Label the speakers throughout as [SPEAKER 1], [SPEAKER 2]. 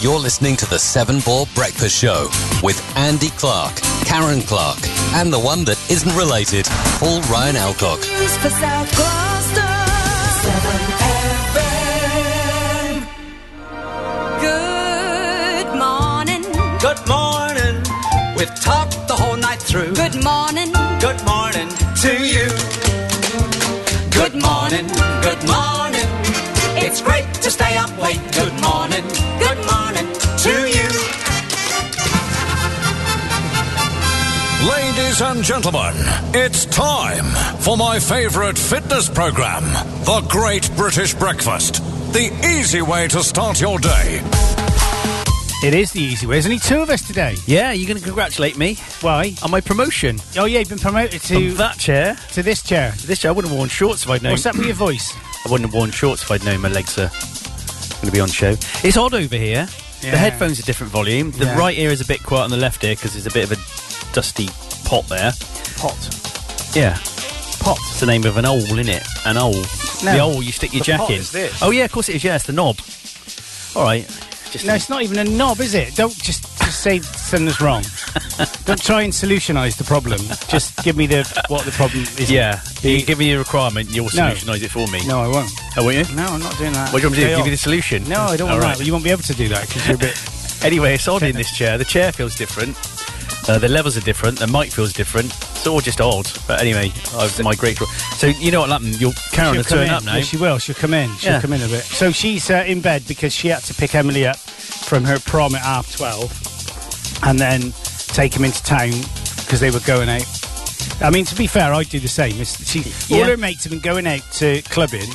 [SPEAKER 1] You're listening to the Seven Ball Breakfast Show with Andy Clark, Karen Clark, and the one that isn't related, Paul Ryan Alcock.
[SPEAKER 2] for South Gloucester. 7 FM. Good morning.
[SPEAKER 3] Good morning. We've talked the whole night through.
[SPEAKER 2] Good morning.
[SPEAKER 3] Good morning to you. Good morning. Good morning. It's great to stay up late. Good morning. Good morning to you.
[SPEAKER 4] Ladies and gentlemen, it's time for my favorite fitness program, The Great British Breakfast. The easy way to start your day.
[SPEAKER 5] It is the easy way. There's only two of us today.
[SPEAKER 6] Yeah, you're going to congratulate me
[SPEAKER 5] Why?
[SPEAKER 6] on my promotion.
[SPEAKER 5] Oh yeah, you've been promoted to
[SPEAKER 6] From that chair
[SPEAKER 5] to this chair.
[SPEAKER 6] to this chair. I wouldn't have worn shorts if I'd known.
[SPEAKER 5] What's up with your voice?
[SPEAKER 6] I wouldn't have worn shorts if I'd known my legs are going to be on show. It's odd over here.
[SPEAKER 5] Yeah.
[SPEAKER 6] The headphones are different volume. The
[SPEAKER 5] Yeah.
[SPEAKER 6] right ear is a bit quiet on the left ear because there's a bit of a dusty pot there.
[SPEAKER 5] Pot.
[SPEAKER 6] Yeah. Pot. It's the name of an hole, in it? An hole.
[SPEAKER 5] No.
[SPEAKER 6] The hole you stick your
[SPEAKER 5] The
[SPEAKER 6] jack
[SPEAKER 5] pot
[SPEAKER 6] in.
[SPEAKER 5] is this.
[SPEAKER 6] Oh, yeah, of course it is. Yeah, it's the knob. All right. Just
[SPEAKER 5] No, it's not even a knob, is it? Don't just, just say something's wrong. Don't try and solutionize the problem. Just give me the what the problem is.
[SPEAKER 6] yeah. You give me a requirement, you'll
[SPEAKER 5] No.
[SPEAKER 6] solutionise it for me.
[SPEAKER 5] No, I won't.
[SPEAKER 6] Oh, won't you?
[SPEAKER 5] No, I'm not doing that.
[SPEAKER 6] What do you want me to do?
[SPEAKER 5] Day
[SPEAKER 6] Give you the
[SPEAKER 5] off.
[SPEAKER 6] solution?
[SPEAKER 5] No, I don't
[SPEAKER 6] All
[SPEAKER 5] want
[SPEAKER 6] right.
[SPEAKER 5] that. You won't be able to do that because you're a bit.
[SPEAKER 6] Anyway, it's odd in this chair. The chair feels different. Uh, the levels are different. The mic feels different. It's all just odd. But anyway, I've my great. So you know what happened? You'll Karen
[SPEAKER 5] she'll
[SPEAKER 6] will
[SPEAKER 5] come
[SPEAKER 6] turn
[SPEAKER 5] in.
[SPEAKER 6] up now.
[SPEAKER 5] Yeah, she will. She'll come in. She'll
[SPEAKER 6] Yeah.
[SPEAKER 5] come in a bit. So she's uh, in bed because she had to pick Emily up from her prom at half twelve, and then take him into town because they were going out. I mean, to be fair, I'd do the same. It's, she, all
[SPEAKER 6] Yeah.
[SPEAKER 5] her mates have been going out to clubbing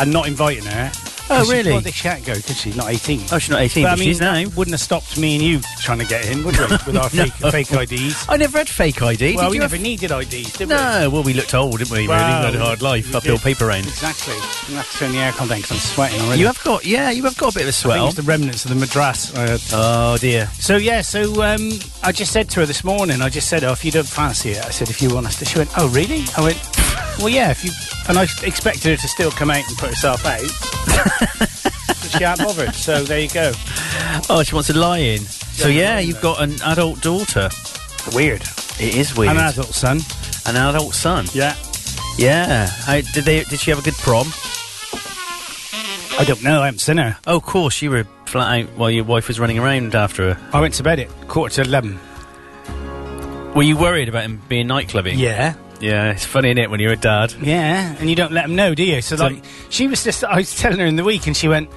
[SPEAKER 5] and not inviting her.
[SPEAKER 6] Oh,
[SPEAKER 5] 'Cause she-
[SPEAKER 6] really?
[SPEAKER 5] well, they can't go, can she? Not eighteen.
[SPEAKER 6] oh, she's not 18.
[SPEAKER 5] But,
[SPEAKER 6] But
[SPEAKER 5] I mean,
[SPEAKER 6] she's now.
[SPEAKER 5] that wouldn't have stopped me and you trying to get in, would we? With our
[SPEAKER 6] No.
[SPEAKER 5] fake, fake IDs.
[SPEAKER 6] I never had fake ID.
[SPEAKER 5] well,
[SPEAKER 6] Did
[SPEAKER 5] we
[SPEAKER 6] you
[SPEAKER 5] never
[SPEAKER 6] have-
[SPEAKER 5] needed IDs, did we?
[SPEAKER 6] No, well, we looked old, didn't we?
[SPEAKER 5] Well,
[SPEAKER 6] really, we had a hard life.
[SPEAKER 5] we
[SPEAKER 6] Uphill
[SPEAKER 5] did.
[SPEAKER 6] paper round.
[SPEAKER 5] Exactly. I'm going to have to turn the aircon down because I'm sweating already.
[SPEAKER 6] You have got, yeah, you have got a bit of a
[SPEAKER 5] I think
[SPEAKER 6] swell.
[SPEAKER 5] it's the remnants of the madras. I had.
[SPEAKER 6] Oh dear.
[SPEAKER 5] So yeah, so um, I just said to her this morning. I just said, "Oh, if you don't fancy it," I said, "If you want us to," she went, "Oh, really?" I went, "Well, yeah." If you and I expected her to still come out and put herself out, but she had bothered. So there you go.
[SPEAKER 6] Oh, she wants to lie in. So
[SPEAKER 5] Yeah,
[SPEAKER 6] yeah,
[SPEAKER 5] no,
[SPEAKER 6] you've got an adult daughter.
[SPEAKER 5] Weird.
[SPEAKER 6] It is weird.
[SPEAKER 5] An adult son.
[SPEAKER 6] An adult son.
[SPEAKER 5] Yeah.
[SPEAKER 6] Yeah. How, did they? Did she have a good prom?
[SPEAKER 5] I don't know. I haven't seen her.
[SPEAKER 6] Oh, of course, you were flat out while your wife was running around after her.
[SPEAKER 5] I went to bed at quarter to eleven.
[SPEAKER 6] Were you worried about him being nightclubbing?
[SPEAKER 5] Yeah.
[SPEAKER 6] Yeah, it's funny, innit, when you're a dad.
[SPEAKER 5] Yeah, and you don't let them know, do you? So,
[SPEAKER 6] So-
[SPEAKER 5] like, she was just, I was telling her in the week, and she went,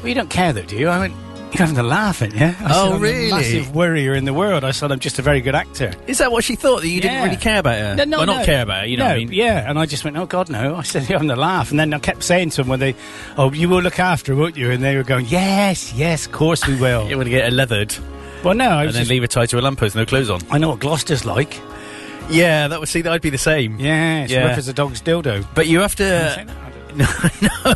[SPEAKER 5] Well, you don't care, though, do you? I went, You're having a laugh at, yeah? I
[SPEAKER 6] Oh,
[SPEAKER 5] said, I'm
[SPEAKER 6] really?
[SPEAKER 5] The massive worrier in the world. I said, I'm just a very good actor.
[SPEAKER 6] Is that what she thought? That you
[SPEAKER 5] Yeah.
[SPEAKER 6] didn't really care about her? well, not care about her, you know
[SPEAKER 5] No,
[SPEAKER 6] what I mean?
[SPEAKER 5] Yeah, and I just went, Oh, God, no. I said, You're having a laugh. And then I kept saying to them, when they, Oh, you will look after, her, won't you? And they were going, Yes, yes, of course we will.
[SPEAKER 6] You're going to get her leathered
[SPEAKER 5] well, no, I,
[SPEAKER 6] and
[SPEAKER 5] was
[SPEAKER 6] then
[SPEAKER 5] just-
[SPEAKER 6] leave her tied to a lamppost, no clothes on.
[SPEAKER 5] I know what Gloucester's like.
[SPEAKER 6] Yeah, that would see that I'd be the same.
[SPEAKER 5] Yeah, it's
[SPEAKER 6] Yeah. Uh,
[SPEAKER 5] rough as a dog's dildo.
[SPEAKER 6] But you have
[SPEAKER 5] Can
[SPEAKER 6] to.
[SPEAKER 5] I say that?
[SPEAKER 6] No, no.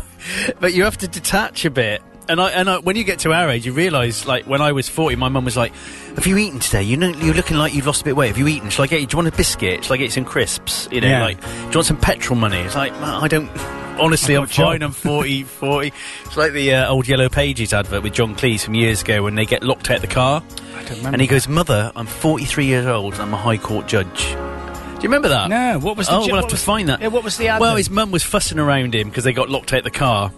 [SPEAKER 6] But you have to detach a bit. And I, and I, when you get to our age, you realise, like, when I was 40, my mum was like, Have you eaten today? You know, you're looking like you've lost a bit of weight. Have you eaten? Shall I get you? Do you want a biscuit? Shall I get you some crisps? You know,
[SPEAKER 5] Yeah.
[SPEAKER 6] like, do you want some petrol money? It's like, "Ma, I don't. Honestly,
[SPEAKER 5] I've
[SPEAKER 6] I'm
[SPEAKER 5] got a job."
[SPEAKER 6] fine. I'm 40, 40. It's like the uh, old Yellow Pages advert with John Cleese from years ago when they get locked out of the car.
[SPEAKER 5] I don't remember.
[SPEAKER 6] And he goes, Mother, I'm 43 years old and I'm a High Court judge. Do you remember that?
[SPEAKER 5] No, what was the
[SPEAKER 6] oh,
[SPEAKER 5] ju-
[SPEAKER 6] we'll
[SPEAKER 5] what
[SPEAKER 6] have to
[SPEAKER 5] was-
[SPEAKER 6] find that.
[SPEAKER 5] yeah, what was the ad
[SPEAKER 6] Well,
[SPEAKER 5] then?
[SPEAKER 6] his mum was fussing around him because they got locked out the car.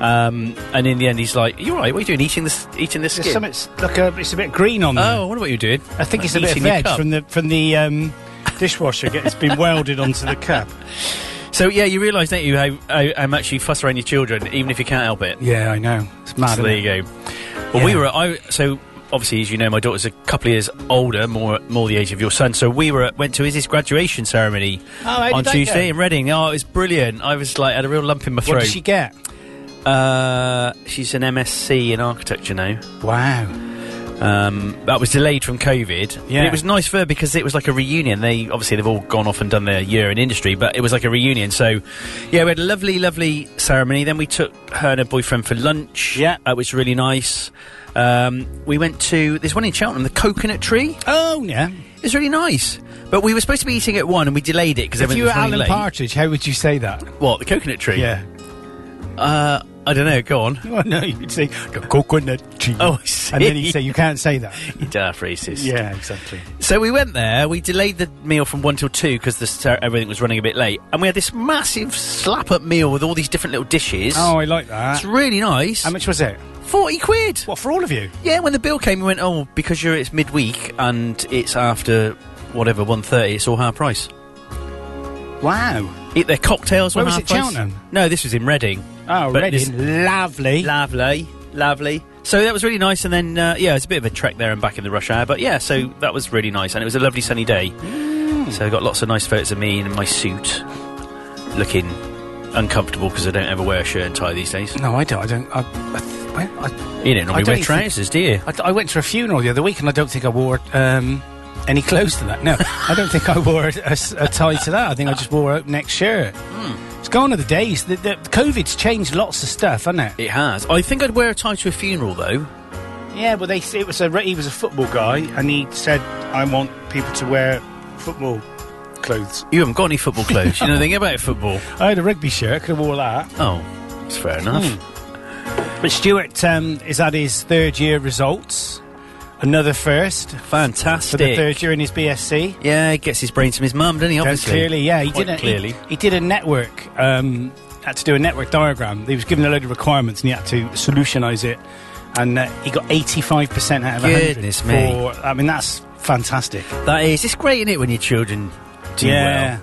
[SPEAKER 6] Um, and in the end, he's like, "You all right? What are you doing? Eating this? Eating this
[SPEAKER 5] There's
[SPEAKER 6] skin?
[SPEAKER 5] some, it's, like a, it's a bit green on there.
[SPEAKER 6] Oh, I wonder what you're doing.
[SPEAKER 5] I think it's a bit of
[SPEAKER 6] Eating your
[SPEAKER 5] veg
[SPEAKER 6] cup.
[SPEAKER 5] from the from the um, dishwasher. get- It's been welded onto the cup.
[SPEAKER 6] So yeah, you realise, don't you, how, how, how much you fuss around your children, even if you can't help it.
[SPEAKER 5] Yeah, I know. It's mad.
[SPEAKER 6] So there you go. Well, we were. I so obviously, as you know, my daughter's a couple of years older, more more the age of your son. So we were at- went to his graduation ceremony
[SPEAKER 5] Oh, how did
[SPEAKER 6] on
[SPEAKER 5] that
[SPEAKER 6] Tuesday
[SPEAKER 5] go?
[SPEAKER 6] in Reading. Oh, it was brilliant. I was like, had a real lump in my
[SPEAKER 5] What
[SPEAKER 6] throat.
[SPEAKER 5] did she get?
[SPEAKER 6] uh, she's an MSc in architecture now.
[SPEAKER 5] Wow.
[SPEAKER 6] Um, that was delayed from COVID. But
[SPEAKER 5] Yeah.
[SPEAKER 6] it was nice for her because it was like a reunion. They obviously they've all gone off and done their year in industry, but it was like a reunion. So, yeah, we had a lovely, lovely ceremony. Then we took her and her boyfriend for lunch.
[SPEAKER 5] Yeah.
[SPEAKER 6] that was really nice. Um, we went to there's one in Cheltenham, the Coconut Tree.
[SPEAKER 5] Oh yeah.
[SPEAKER 6] It's really nice, but we were supposed to be eating at one and we delayed it because
[SPEAKER 5] If you were
[SPEAKER 6] was running
[SPEAKER 5] Alan
[SPEAKER 6] late.
[SPEAKER 5] Partridge, how would you say that?
[SPEAKER 6] What the Coconut Tree?
[SPEAKER 5] Yeah.
[SPEAKER 6] Uh, I I don't know. Go on.
[SPEAKER 5] Well, Oh, no, you'd say the coconut tree.
[SPEAKER 6] Oh, I see.
[SPEAKER 5] and then he'd say you can't say that.
[SPEAKER 6] You daft racist.
[SPEAKER 5] yeah, exactly.
[SPEAKER 6] So we went there. We delayed the meal from one till two because uh, everything was running a bit late, and we had this massive slap-up meal with all these different little dishes.
[SPEAKER 5] Oh, I like that.
[SPEAKER 6] it's really nice.
[SPEAKER 5] How much was it?
[SPEAKER 6] Forty quid.
[SPEAKER 5] What for all of you?
[SPEAKER 6] Yeah, when the bill came, we went, "Oh, because you're it's midweek and it's after whatever 1.30, It's all half price."
[SPEAKER 5] Wow.
[SPEAKER 6] Eat their cocktails.
[SPEAKER 5] Where
[SPEAKER 6] on
[SPEAKER 5] was
[SPEAKER 6] half
[SPEAKER 5] it,
[SPEAKER 6] price.
[SPEAKER 5] Cheltenham?
[SPEAKER 6] No, this was in Reading.
[SPEAKER 5] Oh,
[SPEAKER 6] But
[SPEAKER 5] Reading,
[SPEAKER 6] this-
[SPEAKER 5] lovely.
[SPEAKER 6] Lovely, lovely. So that was really nice, and then uh, yeah, it's a bit of a trek there and back in the rush hour, but yeah, so that was really nice, and it was a lovely sunny day.
[SPEAKER 5] Mm.
[SPEAKER 6] So I got lots of nice photos of me in my suit, looking uncomfortable because I don't ever wear a shirt and tie these days.
[SPEAKER 5] no, I don't. I don't. I, I, th- well, I,
[SPEAKER 6] You don't normally
[SPEAKER 5] don't
[SPEAKER 6] wear
[SPEAKER 5] think-
[SPEAKER 6] trousers, do you?
[SPEAKER 5] I, I went to a funeral the other week, and I don't think I wore um, any clothes to that. No, I don't think I wore a, a s- a tie to that. I think I just wore a neck shirt. It's gone are the days. The, the COVID's changed lots of stuff, hasn't it?
[SPEAKER 6] It has. I think I'd wear a tie to a funeral though.
[SPEAKER 5] Yeah, well, they it was a re- he was a football guy, and he said, "I want people to wear football clothes."
[SPEAKER 6] You haven't got any football clothes. you know anything about football?
[SPEAKER 5] I had a rugby shirt, could have wore that.
[SPEAKER 6] Oh, that's fair enough.
[SPEAKER 5] Hmm. But Stuart um, is at his third year results, another first for
[SPEAKER 6] Fantastic.
[SPEAKER 5] the third year in his BSc.
[SPEAKER 6] Yeah, he gets his brains from his mum, doesn't he?
[SPEAKER 5] That's
[SPEAKER 6] Obviously,
[SPEAKER 5] clearly, yeah, he
[SPEAKER 6] Quite
[SPEAKER 5] did a,
[SPEAKER 6] clearly.
[SPEAKER 5] He, he did a network. Um, had to do a network diagram. He was given a load of requirements, and he had to solutionize it. And uh, he got eighty-five percent out of
[SPEAKER 6] Goodness me.
[SPEAKER 5] hundred. For I mean, that's fantastic.
[SPEAKER 6] that is. It's great, isn't it, when your children do well.
[SPEAKER 5] yeah,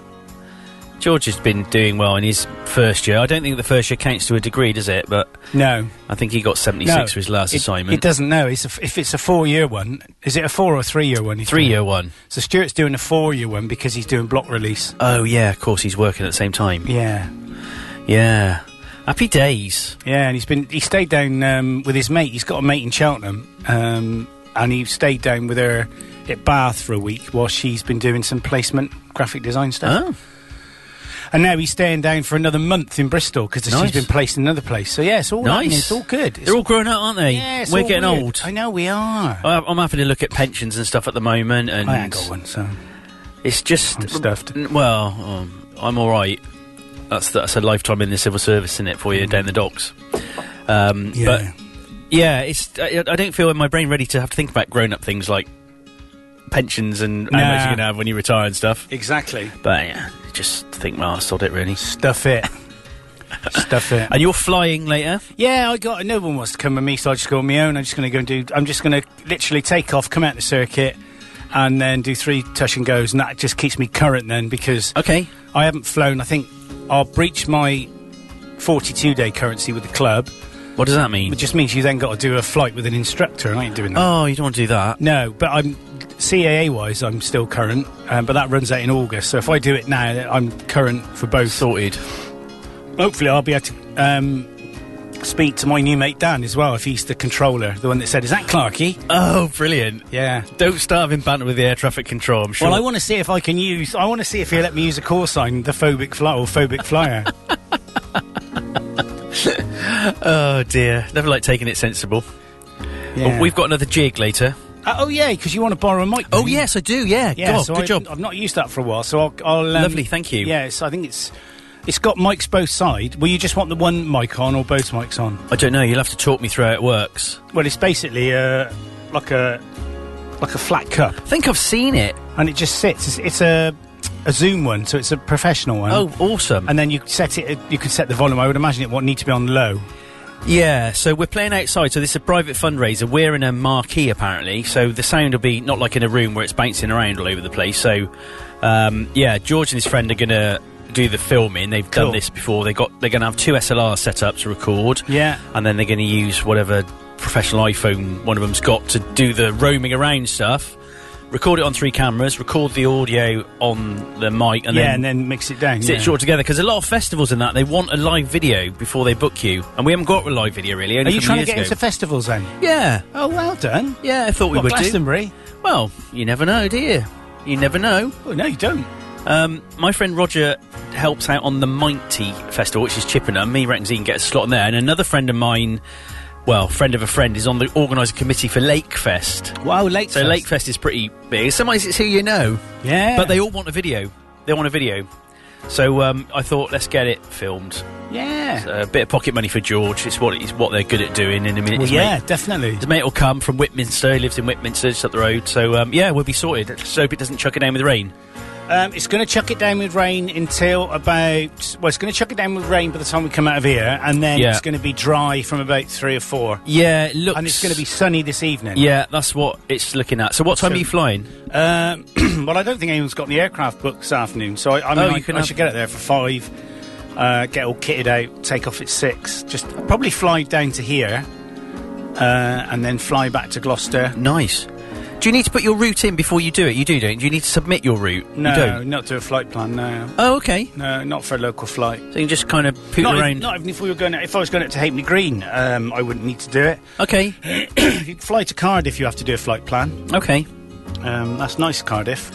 [SPEAKER 6] George has been doing well in his first year. I don't think the first year counts to a degree, does it? But
[SPEAKER 5] no,
[SPEAKER 6] I think he got 76
[SPEAKER 5] no,
[SPEAKER 6] for his last
[SPEAKER 5] it,
[SPEAKER 6] assignment.
[SPEAKER 5] It doesn't know. It's a f if it's a four-year one. Is it a four or three-year one? he's
[SPEAKER 6] Three
[SPEAKER 5] doing?
[SPEAKER 6] year one.
[SPEAKER 5] So Stuart's doing a four-year one because he's doing block release.
[SPEAKER 6] Oh, yeah, of course, he's working at the same time.
[SPEAKER 5] Yeah,
[SPEAKER 6] Yeah. Happy days.
[SPEAKER 5] Yeah, and he's been he stayed down um, with his mate. He's got a mate in Cheltenham, um, and he stayed down with her at Bath for a week while she's been doing some placement graphic design stuff.
[SPEAKER 6] Oh,
[SPEAKER 5] And now he's staying down for another month in Bristol because
[SPEAKER 6] Nice.
[SPEAKER 5] she's been placed in another place. So yeah, it's all happening,
[SPEAKER 6] nice.
[SPEAKER 5] It's all good. It's
[SPEAKER 6] They're all grown up, aren't they?
[SPEAKER 5] yeah, it's
[SPEAKER 6] We're
[SPEAKER 5] all
[SPEAKER 6] getting
[SPEAKER 5] weird.
[SPEAKER 6] old.
[SPEAKER 5] I know we are.
[SPEAKER 6] I, I'm having to look at pensions and stuff at the moment, and
[SPEAKER 5] I ain't got one, so
[SPEAKER 6] it's just
[SPEAKER 5] I'm stuffed.
[SPEAKER 6] N- Well, um, I'm all right. That's that's a lifetime in the civil service, isn't it, for you down the docks? Um,
[SPEAKER 5] Mm. yeah.
[SPEAKER 6] But Yeah, it's. I, I don't feel in my brain ready to have to think about grown up things like pensions and how much
[SPEAKER 5] Nah.
[SPEAKER 6] you're going to have when you retire and stuff.
[SPEAKER 5] exactly.
[SPEAKER 6] But yeah, just think, well, I sold it really.
[SPEAKER 5] Stuff it. Stuff it.
[SPEAKER 6] And you're flying later?
[SPEAKER 5] Yeah, I got. No one wants to come with me, so I just go on my own. I'm just going to go and do. I'm just going to literally take off, come out the circuit, and then do three touch and goes, and that just keeps me current then because
[SPEAKER 6] Okay.
[SPEAKER 5] I haven't flown. I think I'll breach my 42 day currency with the club,
[SPEAKER 6] What does that mean?
[SPEAKER 5] which just means you then got to do a flight with an instructor, and I ain't doing that.
[SPEAKER 6] Oh, you don't want to do that.
[SPEAKER 5] No, but I'm CAA wise, I'm still current, um, but that runs out in August. So if I do it now, I'm current for both.
[SPEAKER 6] Sorted.
[SPEAKER 5] hopefully I'll be able to um, speak to my new mate Dan as well if he's the controller, the one that said, "Is that Clarky?"
[SPEAKER 6] Oh, brilliant.
[SPEAKER 5] Yeah.
[SPEAKER 6] Don't start having banter with the air traffic control, I'm sure.
[SPEAKER 5] Well, I want to see if I can use. I want to see if he'll let me use a call sign, the phobic fly or phobic flyer.
[SPEAKER 6] oh, dear. Never like taking it sensible.
[SPEAKER 5] Yeah.
[SPEAKER 6] Oh, we've got another jig later.
[SPEAKER 5] Uh, oh yeah, because you want to borrow a mic.
[SPEAKER 6] Oh,
[SPEAKER 5] don't you?
[SPEAKER 6] yes, I do, yeah.
[SPEAKER 5] yeah.
[SPEAKER 6] God,
[SPEAKER 5] so
[SPEAKER 6] good
[SPEAKER 5] I,
[SPEAKER 6] job.
[SPEAKER 5] I've not used that for a while, so I'll. I'll um,
[SPEAKER 6] Lovely, thank you.
[SPEAKER 5] Yeah, it's, I think it's. It's got mics both side. Well, you just want the one mic on or both mics on.
[SPEAKER 6] I don't know. You'll have to talk me through how it works.
[SPEAKER 5] Well, it's basically uh, like a like a flat cup,
[SPEAKER 6] I think I've seen it.
[SPEAKER 5] and it just sits. It's, it's a a Zoom one, so it's a professional one.
[SPEAKER 6] Oh, awesome.
[SPEAKER 5] and then you set it. You could set the volume. I would imagine it would need to be on low.
[SPEAKER 6] Yeah, so we're playing outside. So this is a private fundraiser. We're in a marquee apparently, so the sound will be not like in a room where it's bouncing around all over the place. So, um, yeah, George and his friend are gonna do the filming. They've
[SPEAKER 5] Cool.
[SPEAKER 6] done this before. They got they're gonna have two SLRs set up to record.
[SPEAKER 5] Yeah.
[SPEAKER 6] and then they're gonna use whatever professional iPhone one of them's got to do the roaming around stuff. Record it on three cameras. Record the audio on the mic, and
[SPEAKER 5] yeah,
[SPEAKER 6] then
[SPEAKER 5] and then mix it down.
[SPEAKER 6] sit
[SPEAKER 5] yeah.
[SPEAKER 6] short together because a lot of festivals and that they want a live video before they book you, and we haven't got a live video really.
[SPEAKER 5] Are
[SPEAKER 6] Only
[SPEAKER 5] you
[SPEAKER 6] from
[SPEAKER 5] trying to
[SPEAKER 6] years
[SPEAKER 5] get
[SPEAKER 6] ago.
[SPEAKER 5] into festivals then?
[SPEAKER 6] Yeah,
[SPEAKER 5] Oh, well done.
[SPEAKER 6] yeah. I thought we
[SPEAKER 5] What,
[SPEAKER 6] would do.
[SPEAKER 5] Glastonbury?
[SPEAKER 6] Well, you never know, do you? You never know.
[SPEAKER 5] Oh, no, you don't.
[SPEAKER 6] Um, my friend Roger helps out on the Mighty Festival, which is Chippenham. He reckons he can get a slot in there, and another friend of mine, well, friend of a friend, is on the organiser committee for Lakefest.
[SPEAKER 5] Wow, late.
[SPEAKER 6] So Lakefest is pretty big. Sometimes it's who you know,
[SPEAKER 5] Yeah.
[SPEAKER 6] but they all want a video. They want a video. So um, I thought, let's get it filmed.
[SPEAKER 5] Yeah.
[SPEAKER 6] A Uh, bit of pocket money for George. It's what it's what they're good at doing. In a minute,
[SPEAKER 5] well,
[SPEAKER 6] His
[SPEAKER 5] yeah,
[SPEAKER 6] mate-
[SPEAKER 5] definitely.
[SPEAKER 6] his mate will come from Whitminster. He lives in Whitminster, just up the road. So um, yeah, we'll be sorted. Let's just hope it doesn't chuck it down with rain.
[SPEAKER 5] Um, it's going to chuck it down with rain until about. Well, it's going to chuck it down with rain by the time we come out of here, and then
[SPEAKER 6] Yeah.
[SPEAKER 5] it's going to be dry from about three or four.
[SPEAKER 6] Yeah, it looks.
[SPEAKER 5] And it's going to be sunny this evening.
[SPEAKER 6] Yeah, that's what it's looking at. So what time
[SPEAKER 5] So-
[SPEAKER 6] are you flying?
[SPEAKER 5] Um, well, I don't think anyone's got the aircraft booked this afternoon, so I, I mean,
[SPEAKER 6] Oh, you
[SPEAKER 5] I,
[SPEAKER 6] can
[SPEAKER 5] I
[SPEAKER 6] have-
[SPEAKER 5] should get it there for five, uh, get all kitted out, take off at six, just probably fly down to here, uh, and then fly back to Gloucester.
[SPEAKER 6] Nice. Do you need to put your route in before you do it? You do, don't you? You need to submit your route. You
[SPEAKER 5] No,
[SPEAKER 6] don't?
[SPEAKER 5] not do a flight plan. No,
[SPEAKER 6] Oh, okay.
[SPEAKER 5] no, not for a local flight.
[SPEAKER 6] So you can just kind of poot
[SPEAKER 5] Not,
[SPEAKER 6] around.
[SPEAKER 5] if, not even if we were going. Out, if I was going out to Hapenny Green, um, I wouldn't need to do it.
[SPEAKER 6] okay,
[SPEAKER 5] You can fly to Cardiff. You have to do a flight plan.
[SPEAKER 6] okay.
[SPEAKER 5] Um, that's nice, Cardiff.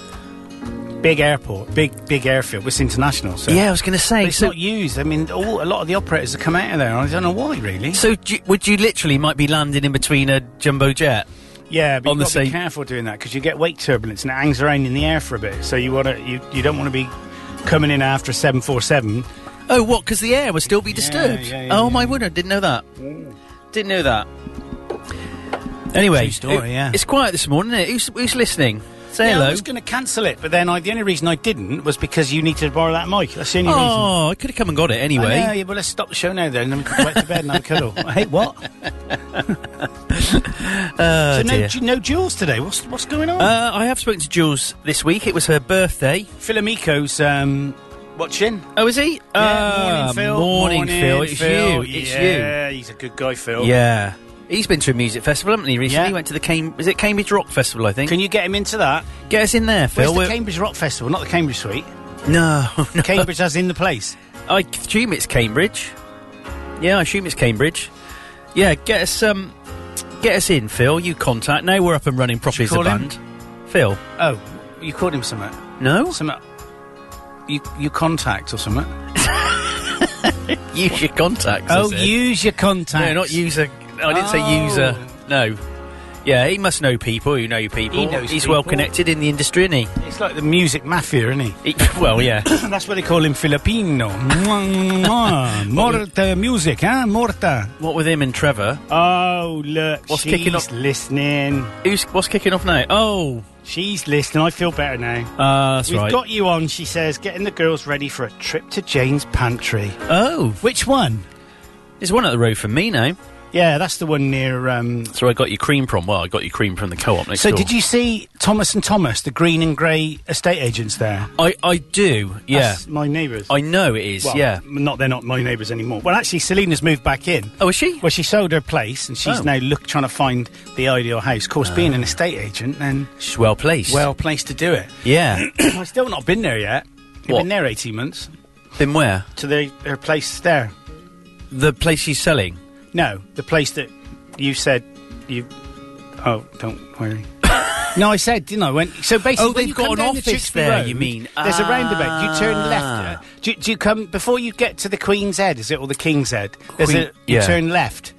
[SPEAKER 5] Big airport, big big airfield. It's international, so
[SPEAKER 6] Yeah, I was going to say.
[SPEAKER 5] But it's
[SPEAKER 6] so,
[SPEAKER 5] not used. I mean, all, a lot of the operators have come out of there. I don't know why, really.
[SPEAKER 6] so do, you- would you literally might be landing in between a jumbo jet?
[SPEAKER 5] Yeah, but
[SPEAKER 6] On the
[SPEAKER 5] you've got to be
[SPEAKER 6] same-
[SPEAKER 5] careful doing that because you get wake turbulence and it hangs around in the air for a bit. So you want to, you, you don't want to be coming in after seven four seven.
[SPEAKER 6] Oh, what? Because the air would still be disturbed.
[SPEAKER 5] yeah, yeah,
[SPEAKER 6] oh
[SPEAKER 5] yeah.
[SPEAKER 6] my word! I didn't know that. Didn't know that. Anyway,
[SPEAKER 5] True story,
[SPEAKER 6] it-
[SPEAKER 5] yeah.
[SPEAKER 6] it's quiet this morning. Isn't it? Who's, who's listening? Say
[SPEAKER 5] Yeah, I
[SPEAKER 6] hello.
[SPEAKER 5] was going to cancel it, but then I, the only reason I didn't was because you needed to borrow that mic. That's the only reason.
[SPEAKER 6] Oh, I could have come and got it anyway.
[SPEAKER 5] Yeah, yeah, but let's stop the show now then, and then we can go back to bed and have a cuddle. Hey, what?
[SPEAKER 6] Oh,
[SPEAKER 5] so no,
[SPEAKER 6] dear.
[SPEAKER 5] ju- no jewels today. What's what's going on?
[SPEAKER 6] Uh, I have spoken to Jules this week. It was her birthday.
[SPEAKER 5] Philamico's um, watching.
[SPEAKER 6] Oh, is he?
[SPEAKER 5] Yeah,
[SPEAKER 6] Ah,
[SPEAKER 5] morning, Phil.
[SPEAKER 6] Morning, Phil. It's
[SPEAKER 5] Phil.
[SPEAKER 6] you. It's
[SPEAKER 5] yeah, he's a good guy, Phil.
[SPEAKER 6] you. Yeah. He's been to a music festival, haven't he? Recently,
[SPEAKER 5] Yeah.
[SPEAKER 6] he went to the Cam- is it Cambridge Rock Festival? I think.
[SPEAKER 5] Can you get him into that?
[SPEAKER 6] Get us in there,
[SPEAKER 5] Where's
[SPEAKER 6] Phil.
[SPEAKER 5] the
[SPEAKER 6] We're-
[SPEAKER 5] Cambridge Rock Festival? Not the Cambridge Suite.
[SPEAKER 6] no, no.
[SPEAKER 5] Cambridge as in the place.
[SPEAKER 6] I assume it's Cambridge. Yeah, I assume it's Cambridge. Yeah, get us um, get us in, Phil. You contact. Now we're up and running properly as a
[SPEAKER 5] call him?
[SPEAKER 6] band. Phil,
[SPEAKER 5] Oh, you called him something.
[SPEAKER 6] no,
[SPEAKER 5] Something. You, you contact or something.
[SPEAKER 6] use your contacts.
[SPEAKER 5] Oh,
[SPEAKER 6] I said.
[SPEAKER 5] use your contact.
[SPEAKER 6] No, not user. I didn't say
[SPEAKER 5] Oh.
[SPEAKER 6] user. No. Yeah, he must know people who know people.
[SPEAKER 5] He knows
[SPEAKER 6] He's
[SPEAKER 5] people.
[SPEAKER 6] well connected in the industry, isn't he?
[SPEAKER 5] It's like the music mafia, isn't he?
[SPEAKER 6] He- well, yeah.
[SPEAKER 5] That's why they call him Filipino. Mwah, mwah. Morta music, huh? Morta.
[SPEAKER 6] what with him and Trevor?
[SPEAKER 5] Oh, look.
[SPEAKER 6] What's
[SPEAKER 5] she's
[SPEAKER 6] kicking up-
[SPEAKER 5] listening.
[SPEAKER 6] Who's what's kicking off now? Oh,
[SPEAKER 5] She's listening. I feel better now.
[SPEAKER 6] uh, that's
[SPEAKER 5] We've
[SPEAKER 6] right.
[SPEAKER 5] got you on, she says, getting the girls ready for a trip to Jane's pantry.
[SPEAKER 6] oh,
[SPEAKER 5] Which one?
[SPEAKER 6] there's one at the road from me now.
[SPEAKER 5] Yeah, that's the one near um,
[SPEAKER 6] So I got your cream from. Well, I got your cream from the co-op next
[SPEAKER 5] So
[SPEAKER 6] door.
[SPEAKER 5] did you see Thomas and Thomas, the green and grey estate agents there?
[SPEAKER 6] I I do. Yeah,
[SPEAKER 5] That's my neighbours.
[SPEAKER 6] I know it is.
[SPEAKER 5] Well,
[SPEAKER 6] yeah.
[SPEAKER 5] Not they're not my neighbours anymore. Well, actually, Selena's moved back in.
[SPEAKER 6] Oh, is she?
[SPEAKER 5] Well, she sold her place, and she's
[SPEAKER 6] Oh. Ah.
[SPEAKER 5] now look trying to find the ideal house. Of course, being an estate agent, then
[SPEAKER 6] She's well placed.
[SPEAKER 5] well placed to do it.
[SPEAKER 6] yeah.
[SPEAKER 5] I've still not been there yet. I've
[SPEAKER 6] What?
[SPEAKER 5] been there eighteen months
[SPEAKER 6] then where
[SPEAKER 5] to the her place there.
[SPEAKER 6] the place she's selling?
[SPEAKER 5] No, the place that you said you. Oh, don't worry. no, I said, didn't I? When, so basically,
[SPEAKER 6] Oh,
[SPEAKER 5] when
[SPEAKER 6] they've
[SPEAKER 5] you
[SPEAKER 6] got
[SPEAKER 5] come
[SPEAKER 6] an
[SPEAKER 5] down the
[SPEAKER 6] office
[SPEAKER 5] Tewkesbury
[SPEAKER 6] there,
[SPEAKER 5] Road,
[SPEAKER 6] you mean.
[SPEAKER 5] There's a roundabout. You turn
[SPEAKER 6] Ah.
[SPEAKER 5] left. uh, Do, do you come before you get to the Queen's Head? Is it or the King's Head? There's
[SPEAKER 6] Queen-
[SPEAKER 5] a, you
[SPEAKER 6] yeah.
[SPEAKER 5] turn left.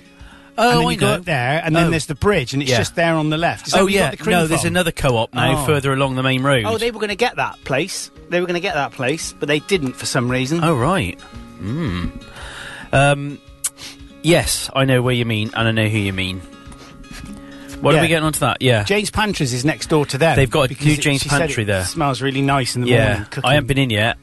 [SPEAKER 6] Oh,
[SPEAKER 5] and then
[SPEAKER 6] I
[SPEAKER 5] you
[SPEAKER 6] know.
[SPEAKER 5] go up there, and then
[SPEAKER 6] Oh.
[SPEAKER 5] there's the bridge, and it's
[SPEAKER 6] Yeah.
[SPEAKER 5] just there on the left. Is that
[SPEAKER 6] Oh
[SPEAKER 5] where you
[SPEAKER 6] yeah,
[SPEAKER 5] got the cream
[SPEAKER 6] no, there's
[SPEAKER 5] from?
[SPEAKER 6] another co-op now
[SPEAKER 5] Oh.
[SPEAKER 6] further along the main road.
[SPEAKER 5] Oh, they were going to get that place. They were going to get that place, but they didn't for some reason.
[SPEAKER 6] Oh right. Mm. Um. Yes, I know where you mean, and I know who you mean. What are
[SPEAKER 5] Yeah.
[SPEAKER 6] we getting onto that? Yeah.
[SPEAKER 5] Jane's Pantries is next door to them.
[SPEAKER 6] They've got a
[SPEAKER 5] because
[SPEAKER 6] new
[SPEAKER 5] it-
[SPEAKER 6] Jane's
[SPEAKER 5] she said
[SPEAKER 6] Pantry
[SPEAKER 5] it
[SPEAKER 6] there.
[SPEAKER 5] Smells really nice in the morning.
[SPEAKER 6] yeah.
[SPEAKER 5] cooking.
[SPEAKER 6] I haven't been in yet.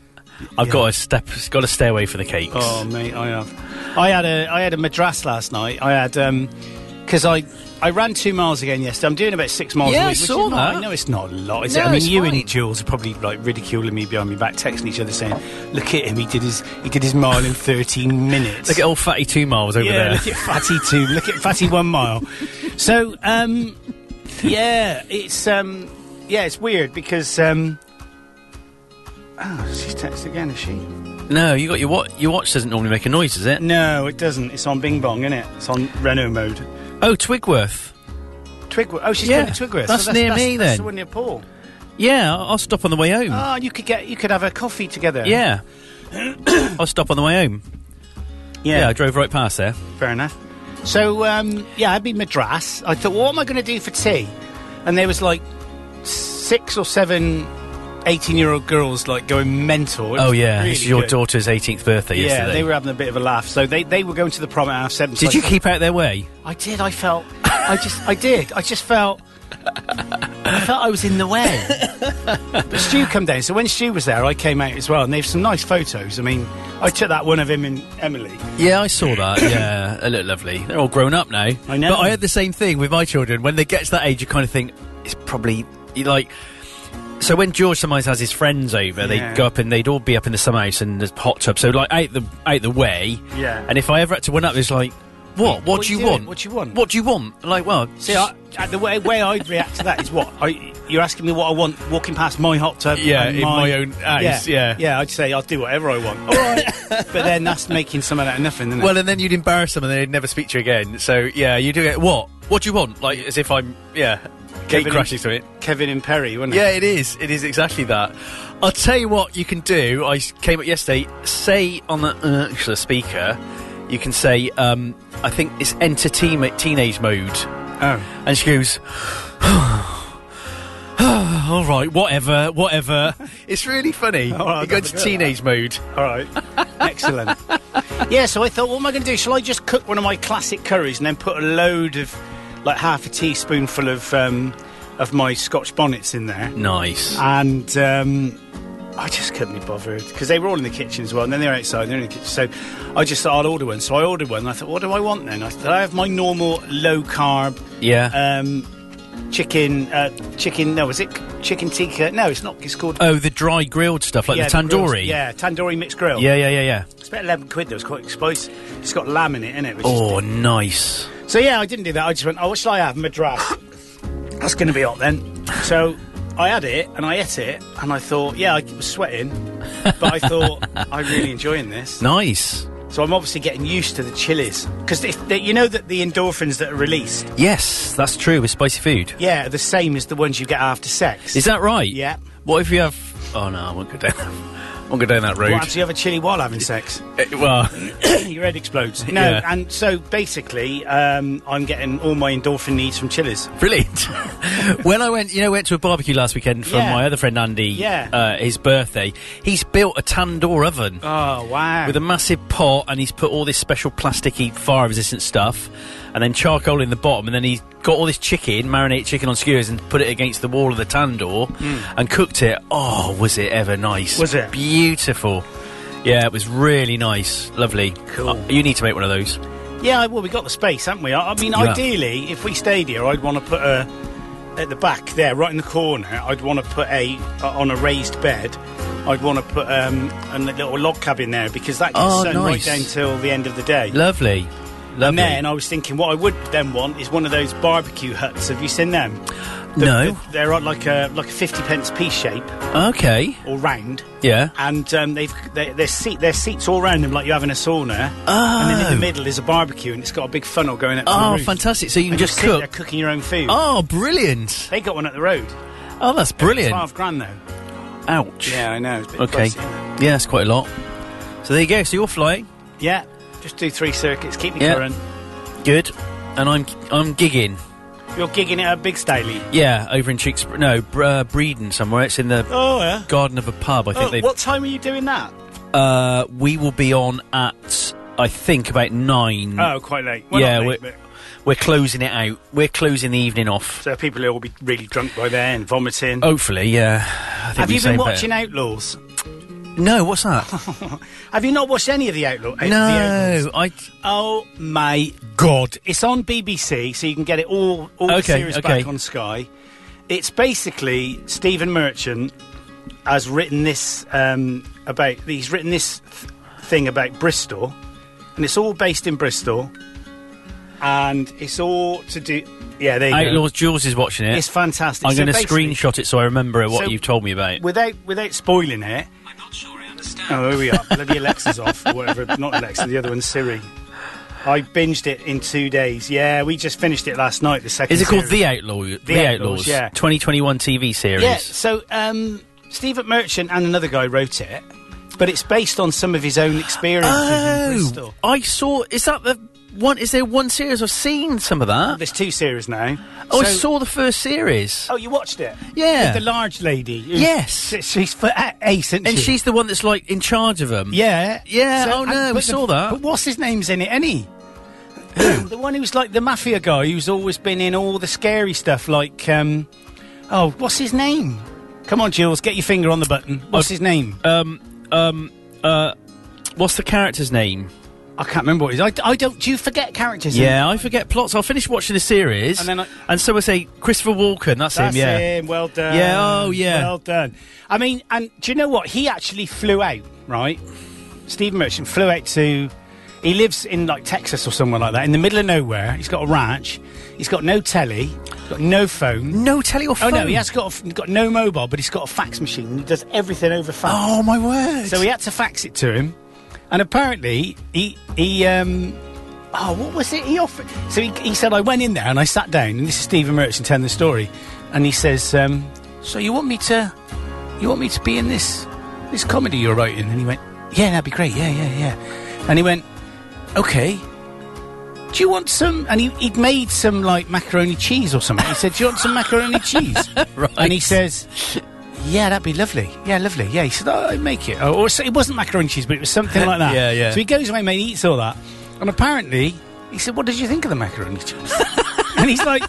[SPEAKER 6] I've
[SPEAKER 5] Yeah.
[SPEAKER 6] got a step. Got to stay away from the cakes.
[SPEAKER 5] Oh mate, I have. I had a I had a madras last night. I had um 'cause because I I ran two miles again yesterday. I'm doing about six miles.
[SPEAKER 6] Yeah,
[SPEAKER 5] a
[SPEAKER 6] I
[SPEAKER 5] week, which is
[SPEAKER 6] saw
[SPEAKER 5] not-
[SPEAKER 6] that.
[SPEAKER 5] I know it's not a lot, is
[SPEAKER 6] No,
[SPEAKER 5] it? I mean,
[SPEAKER 6] it's
[SPEAKER 5] you and
[SPEAKER 6] fine.
[SPEAKER 5] it, Jules are probably like ridiculing me behind my back, texting each other saying, "Look at him. He did his he did his mile in 13 minutes.
[SPEAKER 6] Look at old fatty two miles over
[SPEAKER 5] yeah,
[SPEAKER 6] there.
[SPEAKER 5] look at fatty two. Look at fatty one mile. So um, yeah, it's um, yeah, it's weird because um. Oh, she's texted again, is she?
[SPEAKER 6] no, you got your watch. Your watch doesn't normally make a noise, does it?
[SPEAKER 5] No, it doesn't. It's on Bing Bong, isn't it? It's on Renault mode.
[SPEAKER 6] Oh, Twigworth.
[SPEAKER 5] Twigworth. Oh, she's
[SPEAKER 6] Yeah,
[SPEAKER 5] going to Twigworth.
[SPEAKER 6] that's
[SPEAKER 5] so
[SPEAKER 6] near me
[SPEAKER 5] That's
[SPEAKER 6] then.
[SPEAKER 5] the one near Paul.
[SPEAKER 6] Yeah, I- I'll stop on the way home.
[SPEAKER 5] Ah, you could get, you could have a coffee together.
[SPEAKER 6] yeah. I'll stop on the way home.
[SPEAKER 5] yeah.
[SPEAKER 6] Yeah, I drove right past there.
[SPEAKER 5] fair enough. So um, yeah, I'd be madras. I thought, what am I going to do for tea? And there was like six or seven eighteen-year-old girls like going mental. It
[SPEAKER 6] Oh
[SPEAKER 5] was
[SPEAKER 6] yeah,
[SPEAKER 5] really
[SPEAKER 6] it's your
[SPEAKER 5] good.
[SPEAKER 6] daughter's 18th birthday
[SPEAKER 5] Yeah,
[SPEAKER 6] yesterday.
[SPEAKER 5] they were having a bit of a laugh. So they, they were going to the prom at half seven. so
[SPEAKER 6] Did
[SPEAKER 5] I
[SPEAKER 6] you
[SPEAKER 5] thought-
[SPEAKER 6] keep out their way?
[SPEAKER 5] I did. I felt. I just. I did. I just felt. I felt I was in the way. but Stu come down. So when Stu was there, I came out as well, and they have some nice photos. I mean, I took that one of him and Emily.
[SPEAKER 6] Yeah, I saw that. yeah, they look lovely. They're all grown up now.
[SPEAKER 5] I know.
[SPEAKER 6] But I had the same thing with my children. When they get to that age, you kind of think it's probably you like. So when George sometimes has his friends over,
[SPEAKER 5] Yeah.
[SPEAKER 6] they'd go up and they'd all be up in the summer house and the hot tub. So like out the out the way.
[SPEAKER 5] Yeah.
[SPEAKER 6] And if I ever had to one up, it's like, what? What,
[SPEAKER 5] what
[SPEAKER 6] do
[SPEAKER 5] you
[SPEAKER 6] you,
[SPEAKER 5] doing?
[SPEAKER 6] want?
[SPEAKER 5] What do you want?
[SPEAKER 6] What do you want? Like, well,
[SPEAKER 5] See, I, uh, the way way I'd react to that is what I, you're asking me what I want walking past my hot tub.
[SPEAKER 6] Yeah,
[SPEAKER 5] and
[SPEAKER 6] in my own house, yeah.
[SPEAKER 5] yeah, I'd say I'll do whatever I want. All right, but then that's making some of that nothing. Isn't it?
[SPEAKER 6] Well, and then you'd embarrass them, and they'd never speak to you again. So yeah, you do it. What? What do you want? Like as if I'm yeah, gate
[SPEAKER 5] Kevin-
[SPEAKER 6] crashing to it.
[SPEAKER 5] Kevin and Perry, wasn't it?
[SPEAKER 6] Yeah, it is. It is exactly that. I'll tell you what you can do. I s- came up yesterday. Say on the uh, actual speaker, you can say, um, "I think it's enter teen- teenage mode,"
[SPEAKER 5] Oh.
[SPEAKER 6] and she goes. All right, whatever, whatever. It's really funny.
[SPEAKER 5] right, I'll
[SPEAKER 6] you go
[SPEAKER 5] have a
[SPEAKER 6] into
[SPEAKER 5] go at
[SPEAKER 6] teenage mode.
[SPEAKER 5] All right. Excellent. Yeah, so I thought, what am I going to do? Shall I just cook one of my classic curries and then put a load of, like half a teaspoonful of um, of my Scotch bonnets in there?
[SPEAKER 6] Nice.
[SPEAKER 5] And um, I just couldn't be bothered because they were all in the kitchen as well, and then they're outside, they're in the kitchen. So I just thought I'll order one. So I ordered one. And I thought, what do I want then? I thought I have my normal low carb
[SPEAKER 6] yeah.
[SPEAKER 5] um, chicken, uh, chicken. No, is it chicken tikka? No, it's not. It's called.
[SPEAKER 6] oh, the dry grilled stuff like
[SPEAKER 5] yeah,
[SPEAKER 6] the
[SPEAKER 5] grilled-
[SPEAKER 6] tandoori.
[SPEAKER 5] yeah, tandoori mixed grill.
[SPEAKER 6] Yeah, yeah, yeah, yeah.
[SPEAKER 5] It's about 11 quid though, it's quite expensive. It's got lamb in it, innit? Which is-
[SPEAKER 6] Oh, nice.
[SPEAKER 5] So yeah, I didn't do that. I just went, oh, what shall I have? Madras. That's going to be hot then. So I had it and I ate it and I thought, yeah, I was sweating, but I thought, I'm really enjoying this.
[SPEAKER 6] Nice.
[SPEAKER 5] So I'm obviously getting used to the chilies. Because you know that the endorphins that are released,
[SPEAKER 6] Yes, that's true with spicy food.
[SPEAKER 5] yeah, are the same as the ones you get after sex.
[SPEAKER 6] Is that right?
[SPEAKER 5] Yeah.
[SPEAKER 6] What if you have? Oh no, I won't go down. I won't go down that road.
[SPEAKER 5] what happens if you have a chili while having sex?
[SPEAKER 6] Eh, well,
[SPEAKER 5] Your head explodes. No,
[SPEAKER 6] Yeah.
[SPEAKER 5] and so basically, um, I'm getting all my endorphin needs from chilies.
[SPEAKER 6] brilliant. when I went, you know, went to a barbecue last weekend from
[SPEAKER 5] Yeah.
[SPEAKER 6] my other friend Andy.
[SPEAKER 5] Yeah.
[SPEAKER 6] Uh, his birthday. He's built a tandoor oven.
[SPEAKER 5] Oh, wow.
[SPEAKER 6] with a massive pot and he's put all this special plasticky fire resistant stuff and then charcoal in the bottom and then he's got all this chicken marinated chicken on skewers and put it against the wall of the tandoor and cooked it oh was it ever nice
[SPEAKER 5] Hmm. Was it?
[SPEAKER 6] beautiful yeah it was really nice lovely
[SPEAKER 5] Cool.
[SPEAKER 6] Uh, you need to make one of those
[SPEAKER 5] Yeah, well, we got the space, haven't we? I, I mean,
[SPEAKER 6] You have.
[SPEAKER 5] ideally, if we stayed here, I'd want to put a at the back there, right in the corner. I'd want to put a uh, on a raised bed. I'd want to put um, a little log cabin there because that gets
[SPEAKER 6] Oh,
[SPEAKER 5] sun
[SPEAKER 6] nice.
[SPEAKER 5] right down till the end of the day.
[SPEAKER 6] lovely lovely
[SPEAKER 5] and then I was thinking, what I would then want is one of those barbecue huts. Have you seen them? The-
[SPEAKER 6] No.
[SPEAKER 5] the- they're on like a like a fifty pence piece shape
[SPEAKER 6] okay
[SPEAKER 5] or round.
[SPEAKER 6] yeah
[SPEAKER 5] And um, they've they, their seat their seats all round them like you're having a sauna, and then in the middle is a barbecue, and it's got a big funnel going up. to the
[SPEAKER 6] Ah. oh
[SPEAKER 5] roof.
[SPEAKER 6] fantastic so you can
[SPEAKER 5] And
[SPEAKER 6] just
[SPEAKER 5] sit there
[SPEAKER 6] cook
[SPEAKER 5] cooking your own food.
[SPEAKER 6] oh brilliant
[SPEAKER 5] They got one at the road.
[SPEAKER 6] oh that's brilliant
[SPEAKER 5] Twelve grand though.
[SPEAKER 6] ouch
[SPEAKER 5] Yeah, I know. It's a bit
[SPEAKER 6] okay
[SPEAKER 5] pricey, isn't it?
[SPEAKER 6] yeah that's quite a lot so there you go so you're flying
[SPEAKER 5] Yeah, just do three circuits. Keep it
[SPEAKER 6] Yeah.
[SPEAKER 5] current.
[SPEAKER 6] Good. And I'm I'm gigging.
[SPEAKER 5] You're gigging it at Big Staley.
[SPEAKER 6] Yeah, over in Cheeks. No, Br- uh, Breeden somewhere. It's in the
[SPEAKER 5] Oh yeah. Oh,
[SPEAKER 6] garden of a pub. I think they.
[SPEAKER 5] what time are you doing that?
[SPEAKER 6] Uh, we will be on at I think about nine.
[SPEAKER 5] Oh, quite late. Well,
[SPEAKER 6] yeah,
[SPEAKER 5] not
[SPEAKER 6] we're,
[SPEAKER 5] late, but-
[SPEAKER 6] we're closing it out. We're closing the evening off.
[SPEAKER 5] so people will be really drunk by then, vomiting.
[SPEAKER 6] Hopefully, yeah. I think
[SPEAKER 5] Have
[SPEAKER 6] we
[SPEAKER 5] you
[SPEAKER 6] say
[SPEAKER 5] been
[SPEAKER 6] Oh, better-
[SPEAKER 5] watching Outlaws?
[SPEAKER 6] No, what's that?
[SPEAKER 5] Have you not watched any of the Outlaw? uh, the Outlaws?
[SPEAKER 6] no, I.
[SPEAKER 5] Oh my god! It's on BBC, so you can get it all all
[SPEAKER 6] Okay,
[SPEAKER 5] the series
[SPEAKER 6] okay.
[SPEAKER 5] back on Sky. It's basically Stephen Merchant has written this um, about. He's written this th- thing about Bristol, and it's all based in Bristol, and it's all to do. Yeah, there you go.
[SPEAKER 6] Outlaws Jules is watching it.
[SPEAKER 5] It's fantastic.
[SPEAKER 6] I'm
[SPEAKER 5] So
[SPEAKER 6] going to
[SPEAKER 5] basically-
[SPEAKER 6] screenshot it so I remember what
[SPEAKER 5] So-
[SPEAKER 6] you've told me about.
[SPEAKER 5] without without spoiling it.
[SPEAKER 3] I'm not sure I understand.
[SPEAKER 5] Oh, here we are. Bloody Alexa's off, or whatever. Not Alexa, the other one's Siri. I binged it in two days. Yeah, we just finished it last night. The second.
[SPEAKER 6] Is it called
[SPEAKER 5] series.
[SPEAKER 6] The Outlaw? The,
[SPEAKER 5] Outlaws, yeah.
[SPEAKER 6] 2021 TV series.
[SPEAKER 5] Yeah. So, um, Stephen Merchant and another guy wrote it, but it's based on some of his own experiences in
[SPEAKER 6] Oh,
[SPEAKER 5] Bristol.
[SPEAKER 6] I saw. Is that the one. Is there one series I've seen? Some of that.
[SPEAKER 5] There's two series now.
[SPEAKER 6] Oh, I
[SPEAKER 5] So-
[SPEAKER 6] saw the first series.
[SPEAKER 5] Oh, you watched it?
[SPEAKER 6] Yeah.
[SPEAKER 5] With the large lady. who-
[SPEAKER 6] Yes.
[SPEAKER 5] She's for Ace, isn't
[SPEAKER 6] and
[SPEAKER 5] she?
[SPEAKER 6] she's the one that's like in charge of them.
[SPEAKER 5] Yeah.
[SPEAKER 6] Yeah, oh no,
[SPEAKER 5] and-
[SPEAKER 6] we
[SPEAKER 5] but the-
[SPEAKER 6] saw that.
[SPEAKER 5] But what's his name's in it, any? the one who's like the mafia guy who's always been in all the scary stuff, like, um, oh, what's his name? Come on, Jules, get your finger on the button. What's
[SPEAKER 6] Oh,
[SPEAKER 5] his name?
[SPEAKER 6] What's the character's name?
[SPEAKER 5] I can't remember what it is. I, I don't. Do you forget characters? in-
[SPEAKER 6] Yeah, I forget plots. I'll finish watching the series,
[SPEAKER 5] And then I-
[SPEAKER 6] and so I say Christopher Walken. That's,
[SPEAKER 5] That's
[SPEAKER 6] him. Yeah.
[SPEAKER 5] him. Well done.
[SPEAKER 6] Yeah, oh, yeah.
[SPEAKER 5] Well done. I mean, and do you know what? He actually flew out, right? Stephen Merchant flew out to. He lives in like Texas or somewhere like that, in the middle of nowhere. He's got a ranch. He's got no telly. He's got no phone.
[SPEAKER 6] No, tell your
[SPEAKER 5] Oh
[SPEAKER 6] phone.
[SPEAKER 5] no, he has got a f got no mobile, but he's got a fax machine. He does everything over fax.
[SPEAKER 6] Oh my word!
[SPEAKER 5] So he had to fax it to him, and apparently he he um oh what was it he offered? So he, he said I went in there and I sat down, and this is Stephen Merchant telling the story, and he says, um, "So you want me to you want me to be in this this comedy you're writing?" And he went, "Yeah, that'd be great. Yeah, yeah, yeah." And he went, "Okay." Do you want some? And he, he'd made some like macaroni cheese or something. He said, "Do you want some macaroni cheese?"
[SPEAKER 6] Right.
[SPEAKER 5] And he says, yeah, that'd be lovely. Yeah, lovely. Yeah, he said, oh, I'd make it. Or, or so it wasn't macaroni and cheese, but it was something like that.
[SPEAKER 6] Yeah, yeah.
[SPEAKER 5] So he goes away, mate, eats all that. And apparently, he said, what did you think of the macaroni and cheese? and he's like,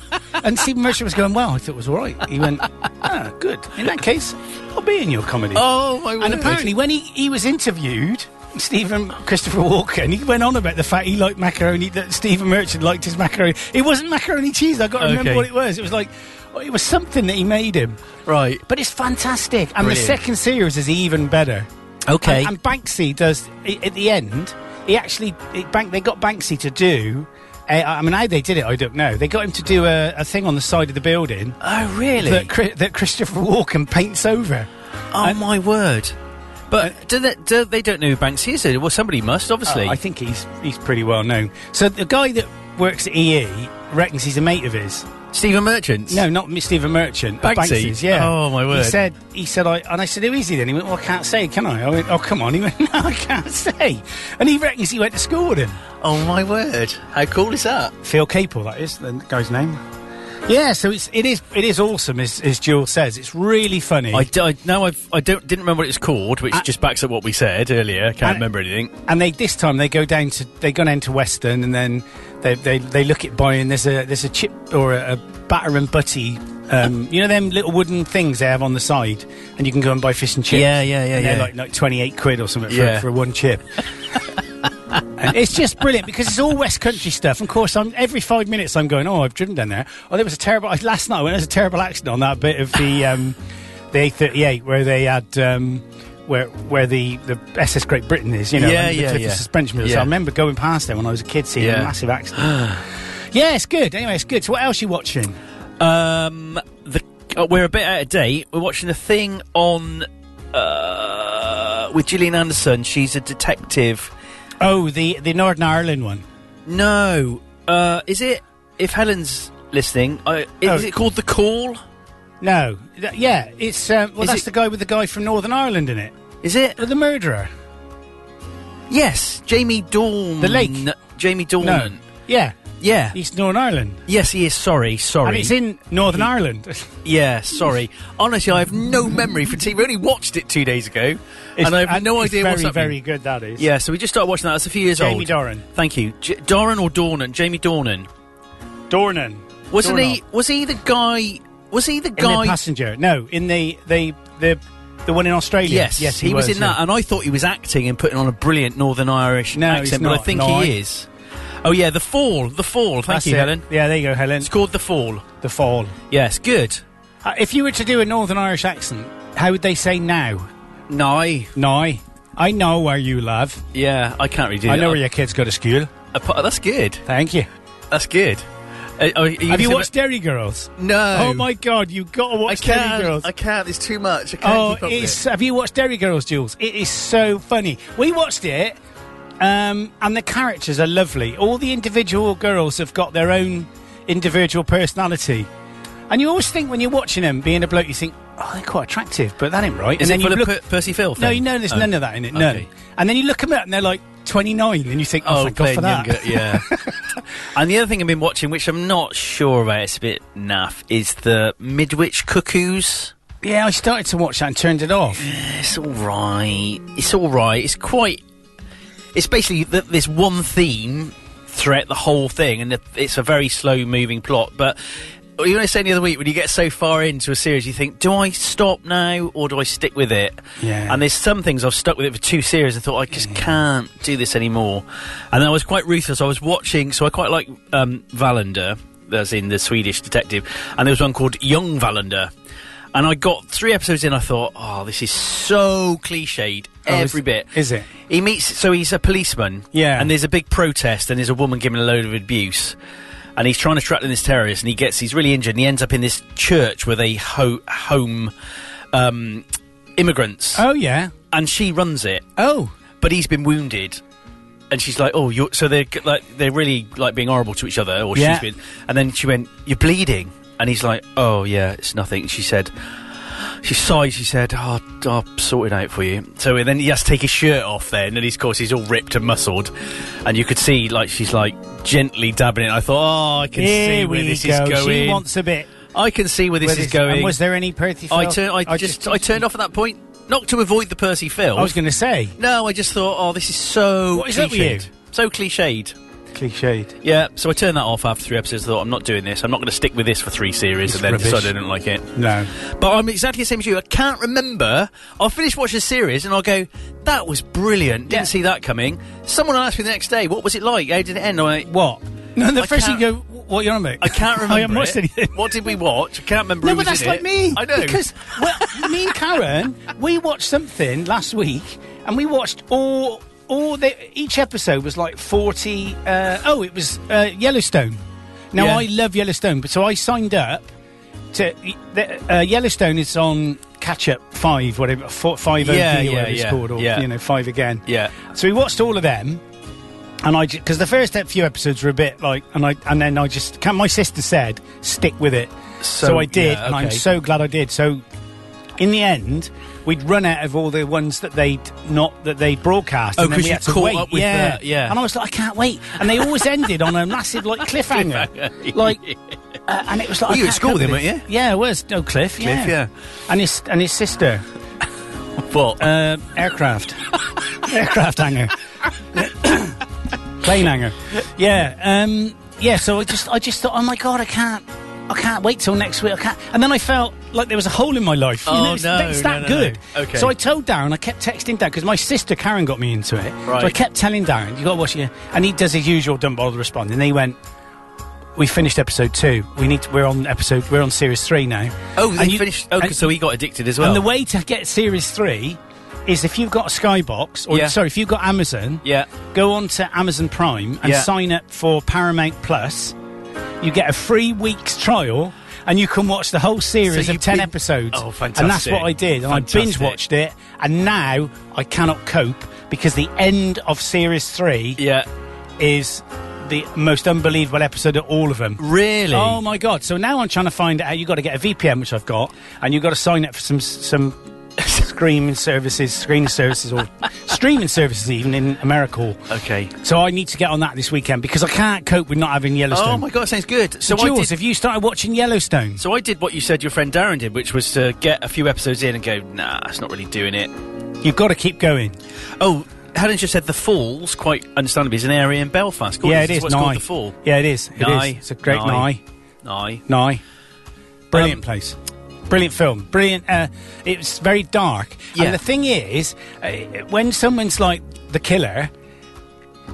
[SPEAKER 5] and Stephen Merchant was going, well, I thought it was all right. He went, ah, good. In that case, I'll be in your comedy.
[SPEAKER 6] Oh my word!
[SPEAKER 5] And apparently, when he, he was interviewed, Stephen Christopher Walker, and he went on about the fact he liked macaroni, that Stephen Merchant liked his macaroni. It wasn't macaroni cheese, i got to remember
[SPEAKER 6] Okay.
[SPEAKER 5] what it was. It was like, it was something that he made him.
[SPEAKER 6] right?
[SPEAKER 5] But it's fantastic. And
[SPEAKER 6] Brilliant.
[SPEAKER 5] the second series is even better.
[SPEAKER 6] Okay.
[SPEAKER 5] And, and Banksy does, i- at the end, he actually, it, Bank, they got Banksy to do, uh, I I mean, how they did it, I don't know. They got him to do a, a thing on the side of the building
[SPEAKER 6] oh really?
[SPEAKER 5] that, Chri- that Christopher Walken paints over.
[SPEAKER 6] oh my word! But do they, do, they don't know who Banksy is. do they? Well, somebody must, obviously.
[SPEAKER 5] Oh, I think he's, he's pretty well known. So the guy that works at EE reckons he's a mate of his.
[SPEAKER 6] Stephen Merchant.
[SPEAKER 5] No, not Miss Stephen Merchant.
[SPEAKER 6] Banksy?
[SPEAKER 5] Banksy's, yeah.
[SPEAKER 6] Oh, my word.
[SPEAKER 5] He said, he said, I and I said, who is he then? He went, well, I can't say, can I? I went, oh, come on. He went, no, I can't say. And he reckons he went to school with him.
[SPEAKER 6] Oh my word! How cool is that?
[SPEAKER 5] Phil Capel, that is the guy's name. Yeah, so it's it is it is awesome, as, as Jewel says. It's really funny.
[SPEAKER 6] I, d- I now I've I don't didn't remember what it's called, which
[SPEAKER 5] Uh,
[SPEAKER 6] just backs up what we said earlier. Can't
[SPEAKER 5] and-
[SPEAKER 6] remember anything.
[SPEAKER 5] and they this time they go down to they go down to Western and then they they, they look at buying there's a there's a chip or a, a batter and butty um, you know them little wooden things they have on the side and you can go and buy fish and chips
[SPEAKER 6] Yeah, yeah, yeah,
[SPEAKER 5] And they're
[SPEAKER 6] yeah.
[SPEAKER 5] like like 28 quid or something for,
[SPEAKER 6] Yeah.
[SPEAKER 5] for one chip and it's just brilliant because it's all West Country stuff. And of course, I'm every five minutes I'm going. Oh, I've driven down there. Oh, there was a terrible I- last night. When there was a terrible accident on that bit of the um, the A38 where they had um, where where the the SS Great Britain is. You know,
[SPEAKER 6] Yeah,
[SPEAKER 5] and the
[SPEAKER 6] yeah,
[SPEAKER 5] Clifford
[SPEAKER 6] yeah.
[SPEAKER 5] suspension. was. So
[SPEAKER 6] Yeah.
[SPEAKER 5] I remember going past there when I was a kid, seeing
[SPEAKER 6] Yeah.
[SPEAKER 5] a massive accident. yeah, it's good. Anyway, it's good. So what else are you watching?
[SPEAKER 6] Um, the uh, we're a bit out of date. We're watching the thing on uh, with Gillian Anderson. She's a detective.
[SPEAKER 5] Oh, the the Northern Ireland one.
[SPEAKER 6] No, uh, is it? If Helen's listening, I, is,
[SPEAKER 5] Oh.
[SPEAKER 6] it called the Call?
[SPEAKER 5] No, Th- yeah, it's um, well,
[SPEAKER 6] Is
[SPEAKER 5] that's
[SPEAKER 6] it- Oh,
[SPEAKER 5] the guy with the guy from Northern Ireland in it,
[SPEAKER 6] Is it?
[SPEAKER 5] with the murderer.
[SPEAKER 6] Yes, Jamie Dorn.
[SPEAKER 5] The lake.
[SPEAKER 6] Jamie Dorn.
[SPEAKER 5] No, yeah,
[SPEAKER 6] Yeah.
[SPEAKER 5] East Northern Ireland.
[SPEAKER 6] Yes, he is. Sorry, sorry.
[SPEAKER 5] And it's in Northern Ireland.
[SPEAKER 6] Yeah, sorry. Honestly, I have no memory for TV. I only watched it two days ago, and I have no
[SPEAKER 5] it's
[SPEAKER 6] idea
[SPEAKER 5] very,
[SPEAKER 6] what's happening.
[SPEAKER 5] very good that is.
[SPEAKER 6] Yeah, so we just started watching that. That's a few years
[SPEAKER 5] Jamie
[SPEAKER 6] old.
[SPEAKER 5] Dornan.
[SPEAKER 6] Thank you. J- Doran or Dornan? Jamie Dornan.
[SPEAKER 5] Dornan.
[SPEAKER 6] Wasn't
[SPEAKER 5] Dornan.
[SPEAKER 6] he? Was he the guy? Was he the
[SPEAKER 5] In the
[SPEAKER 6] guy?
[SPEAKER 5] passenger. No, in the the the the one in Australia.
[SPEAKER 6] yes,
[SPEAKER 5] yes,
[SPEAKER 6] he, was, in
[SPEAKER 5] yeah.
[SPEAKER 6] that, and I thought he was acting and putting on a brilliant Northern Irish
[SPEAKER 5] No, he's
[SPEAKER 6] accent, but I
[SPEAKER 5] not.
[SPEAKER 6] think
[SPEAKER 5] No, I-
[SPEAKER 6] he is. Oh yeah, the fall, the fall. Thank
[SPEAKER 5] That's
[SPEAKER 6] you,
[SPEAKER 5] it.
[SPEAKER 6] Helen.
[SPEAKER 5] Yeah, there you go, Helen.
[SPEAKER 6] It's called the fall.
[SPEAKER 5] The fall.
[SPEAKER 6] Yes, good.
[SPEAKER 5] Uh, if you were to do a Northern Irish accent, how would they say now?
[SPEAKER 6] No,
[SPEAKER 5] Now, I know where you live.
[SPEAKER 6] yeah, I can't really do
[SPEAKER 5] I
[SPEAKER 6] that.
[SPEAKER 5] know where your kids go to school.
[SPEAKER 6] Apa- That's good.
[SPEAKER 5] Thank you.
[SPEAKER 6] That's good. Uh, are you
[SPEAKER 5] Have
[SPEAKER 6] gonna
[SPEAKER 5] you
[SPEAKER 6] say-
[SPEAKER 5] watched Dairy Girls?
[SPEAKER 6] No.
[SPEAKER 5] Oh my God, you got to
[SPEAKER 6] I
[SPEAKER 5] watch Dairy
[SPEAKER 6] can't.
[SPEAKER 5] Girls.
[SPEAKER 6] I can't. It's too much. I can't
[SPEAKER 5] Oh,
[SPEAKER 6] keep up with
[SPEAKER 5] it's. Have you watched Dairy Girls, Jules? It is so funny. We watched it, um, and the characters are lovely. All the individual girls have got their own individual personality, and you always think when you're watching them, being a bloke, you think, oh, they're quite attractive, but that ain't right.
[SPEAKER 6] Is
[SPEAKER 5] and
[SPEAKER 6] it full
[SPEAKER 5] you
[SPEAKER 6] of
[SPEAKER 5] look,
[SPEAKER 6] per- Percy Phil?
[SPEAKER 5] no,
[SPEAKER 6] thing?
[SPEAKER 5] no, there's
[SPEAKER 6] Oh.
[SPEAKER 5] none of that in it. No,
[SPEAKER 6] Okay.
[SPEAKER 5] and then you look them up, and they're like, 29, and you think, oh, thank God
[SPEAKER 6] Glenn
[SPEAKER 5] for that.
[SPEAKER 6] Younger, yeah. and the other thing I've been watching, which I'm not sure about, it's a bit naff, is the Midwich Cuckoos.
[SPEAKER 5] yeah, I started to watch that and turned it off.
[SPEAKER 6] It's all right. It's all right. It's quite. It's basically th- this one theme throughout the whole thing, and the, it's a very slow-moving plot. But you know, I said the other week when you get so far into a series, you think, "Do I stop now or do I stick with it?"
[SPEAKER 5] Yeah.
[SPEAKER 6] And there's some things I've stuck with it for two series. I thought I just can't do this anymore. And I was quite ruthless. I was watching, so I quite like um, Valander, as in the Swedish detective, and there was one called Young Valander. And I got three episodes in. I thought, oh, this is so cliched
[SPEAKER 5] Oh, is-
[SPEAKER 6] every bit.
[SPEAKER 5] is it?
[SPEAKER 6] He meets, so he's a policeman.
[SPEAKER 5] Yeah.
[SPEAKER 6] And there's a big protest, and there's a woman giving a load of abuse. And he's trying to track down this terrorist, and he gets, he's really injured, and he ends up in this church where they ho- home um, immigrants
[SPEAKER 5] Oh, yeah.
[SPEAKER 6] and she runs it,
[SPEAKER 5] Oh.
[SPEAKER 6] but he's been wounded. And she's like, "Oh, you're so they're g- like they're really like being horrible to each other." Or
[SPEAKER 5] Yeah.
[SPEAKER 6] she's been, and then she went, "You're bleeding," and he's like, "Oh yeah, it's nothing." She said, she sighed. She said, "Oh, I'll sort it out for you." So and then he has to take his shirt off then, and he's, of course he's all ripped and muscled, and you could see like she's like gently dabbing it. I thought, "Oh, I can see
[SPEAKER 5] Here
[SPEAKER 6] where
[SPEAKER 5] we
[SPEAKER 6] this
[SPEAKER 5] go.
[SPEAKER 6] is going.
[SPEAKER 5] She wants a bit.
[SPEAKER 6] I can see where this
[SPEAKER 5] Where
[SPEAKER 6] is going."
[SPEAKER 5] And was there any Percy
[SPEAKER 6] I
[SPEAKER 5] Phil-
[SPEAKER 6] turn, I, just, I turned off at that point, not to avoid the Percy Phil.
[SPEAKER 5] I was going to say.
[SPEAKER 6] No, I just thought, oh, this is so
[SPEAKER 5] What is
[SPEAKER 6] cliched.
[SPEAKER 5] up with you?
[SPEAKER 6] So cliched.
[SPEAKER 5] Cliched.
[SPEAKER 6] Yeah, so I turned that off after three episodes. Thought I'm not doing this. I'm not going to stick with this for three series,
[SPEAKER 5] It's
[SPEAKER 6] and then
[SPEAKER 5] rubbish.
[SPEAKER 6] decided I didn't like it.
[SPEAKER 5] No.
[SPEAKER 6] But I'm exactly the same as you. I can't remember. I'll finish watching a series, and I'll go, "That was brilliant. Didn't
[SPEAKER 5] Yeah.
[SPEAKER 6] see that coming." Someone asked me the next day, "What was it like? How did it end?" I'm like,
[SPEAKER 5] What? No, the
[SPEAKER 6] I
[SPEAKER 5] first thing you
[SPEAKER 6] can't-
[SPEAKER 5] go, what are you on about?
[SPEAKER 6] I can't remember.
[SPEAKER 5] I haven't watched
[SPEAKER 6] it.
[SPEAKER 5] anything.
[SPEAKER 6] What did we watch? I can't remember.
[SPEAKER 5] No,
[SPEAKER 6] who
[SPEAKER 5] but
[SPEAKER 6] was
[SPEAKER 5] that's
[SPEAKER 6] in
[SPEAKER 5] like
[SPEAKER 6] it.
[SPEAKER 5] me.
[SPEAKER 6] I know
[SPEAKER 5] Because, well, me and Karen, we watched something last week, and we watched all. All the, each episode was like forty. Uh, oh, it was uh, Yellowstone. Now
[SPEAKER 6] Yeah.
[SPEAKER 5] I love Yellowstone, but so I signed up to the, uh, Yellowstone is on catch up five, whatever four, five OD
[SPEAKER 6] Yeah,
[SPEAKER 5] or
[SPEAKER 6] yeah,
[SPEAKER 5] whatever it's
[SPEAKER 6] yeah,
[SPEAKER 5] called, or
[SPEAKER 6] yeah.
[SPEAKER 5] you know five again.
[SPEAKER 6] Yeah.
[SPEAKER 5] So we watched all of them, and I because the first ep- few episodes were a bit like, and I and then I just can my sister said stick with it, so,
[SPEAKER 6] So,
[SPEAKER 5] I did,
[SPEAKER 6] yeah,
[SPEAKER 5] and I'm
[SPEAKER 6] okay.
[SPEAKER 5] so glad I did. So in the end, we'd run out of all the ones that they'd not that they broadcast.
[SPEAKER 6] Oh,
[SPEAKER 5] and then
[SPEAKER 6] 'cause
[SPEAKER 5] we
[SPEAKER 6] you
[SPEAKER 5] had to
[SPEAKER 6] caught
[SPEAKER 5] wait.
[SPEAKER 6] up with
[SPEAKER 5] yeah,
[SPEAKER 6] the- yeah.
[SPEAKER 5] And I was like, I can't wait, and they always ended on a massive like cliffhanger, like. Uh, and it was like
[SPEAKER 6] Were
[SPEAKER 5] I
[SPEAKER 6] you at
[SPEAKER 5] can't
[SPEAKER 6] school
[SPEAKER 5] cover
[SPEAKER 6] then,
[SPEAKER 5] this.
[SPEAKER 6] weren't
[SPEAKER 5] Yeah, it was. No, Cliff.
[SPEAKER 6] Cliff, yeah. um,
[SPEAKER 5] And his and his sister
[SPEAKER 6] What?
[SPEAKER 5] uh, aircraft, aircraft hangar, plane hangar. Yeah, um, yeah. So I just, I just thought, oh my god, I can't, I can't wait till next week. I can't. And then I felt like there was a hole in my life. You
[SPEAKER 6] Oh,
[SPEAKER 5] know, it's,
[SPEAKER 6] no,
[SPEAKER 5] it's that
[SPEAKER 6] no, no, no.
[SPEAKER 5] good.
[SPEAKER 6] Okay.
[SPEAKER 5] So I told Darren, I kept texting Darren because my sister Karen got me into it. So I
[SPEAKER 6] Right.
[SPEAKER 5] kept telling Darren, you got to watch it. And he does his usual, don't bother responding. And he went. We finished episode two. We need. To, we're on episode. We're on series three now.
[SPEAKER 6] oh, they
[SPEAKER 5] And you-
[SPEAKER 6] finished. Oh, 'cause-
[SPEAKER 5] and-
[SPEAKER 6] so he got addicted as well.
[SPEAKER 5] and the way to get Series 3 is if you've got a Skybox, or
[SPEAKER 6] Yeah.
[SPEAKER 5] sorry, if you've got Amazon,
[SPEAKER 6] Yeah.
[SPEAKER 5] go on to Amazon Prime and
[SPEAKER 6] Yeah.
[SPEAKER 5] sign up for Paramount Plus. You get a free week's trial. And you can watch the whole series
[SPEAKER 6] So
[SPEAKER 5] of
[SPEAKER 6] you've
[SPEAKER 5] 10
[SPEAKER 6] been-
[SPEAKER 5] episodes.
[SPEAKER 6] Oh,
[SPEAKER 5] And that's
[SPEAKER 6] fantastic.
[SPEAKER 5] what I did. And I binge
[SPEAKER 6] Fantastic.
[SPEAKER 5] watched it. And now I cannot cope because the end of Series 3
[SPEAKER 6] yeah.
[SPEAKER 5] is the most unbelievable episode of all of them.
[SPEAKER 6] Really?
[SPEAKER 5] Oh my god! So now I'm trying to find out. You got to get a VPN, which I've got, and you've got to sign up for some some screaming services, screen services, or streaming services, even in America.
[SPEAKER 6] Okay.
[SPEAKER 5] So I need to get on that this weekend because I can't cope with not having Yellowstone.
[SPEAKER 6] Oh my god, sounds good. So I
[SPEAKER 5] Jules,
[SPEAKER 6] did.
[SPEAKER 5] have you started watching Yellowstone?
[SPEAKER 6] So I did what you said your friend Darren did, which was to get a few episodes in and go, nah, that's not really doing it.
[SPEAKER 5] You've got to keep going.
[SPEAKER 6] Oh, Helen just said The Falls, quite understandably, is an area in Belfast. Called,
[SPEAKER 5] yeah,
[SPEAKER 6] this
[SPEAKER 5] it is.
[SPEAKER 6] what's
[SPEAKER 5] Nye.
[SPEAKER 6] called The Fall.
[SPEAKER 5] Yeah, it is. It is.
[SPEAKER 6] Nye,
[SPEAKER 5] It's a great
[SPEAKER 6] Nye.
[SPEAKER 5] Nye.
[SPEAKER 6] Nye.
[SPEAKER 5] Nye. Brilliant
[SPEAKER 6] Um,
[SPEAKER 5] place. Brilliant film. Brilliant. Uh, it was very dark.
[SPEAKER 6] Yeah.
[SPEAKER 5] And the thing is, uh, when someone's like the killer,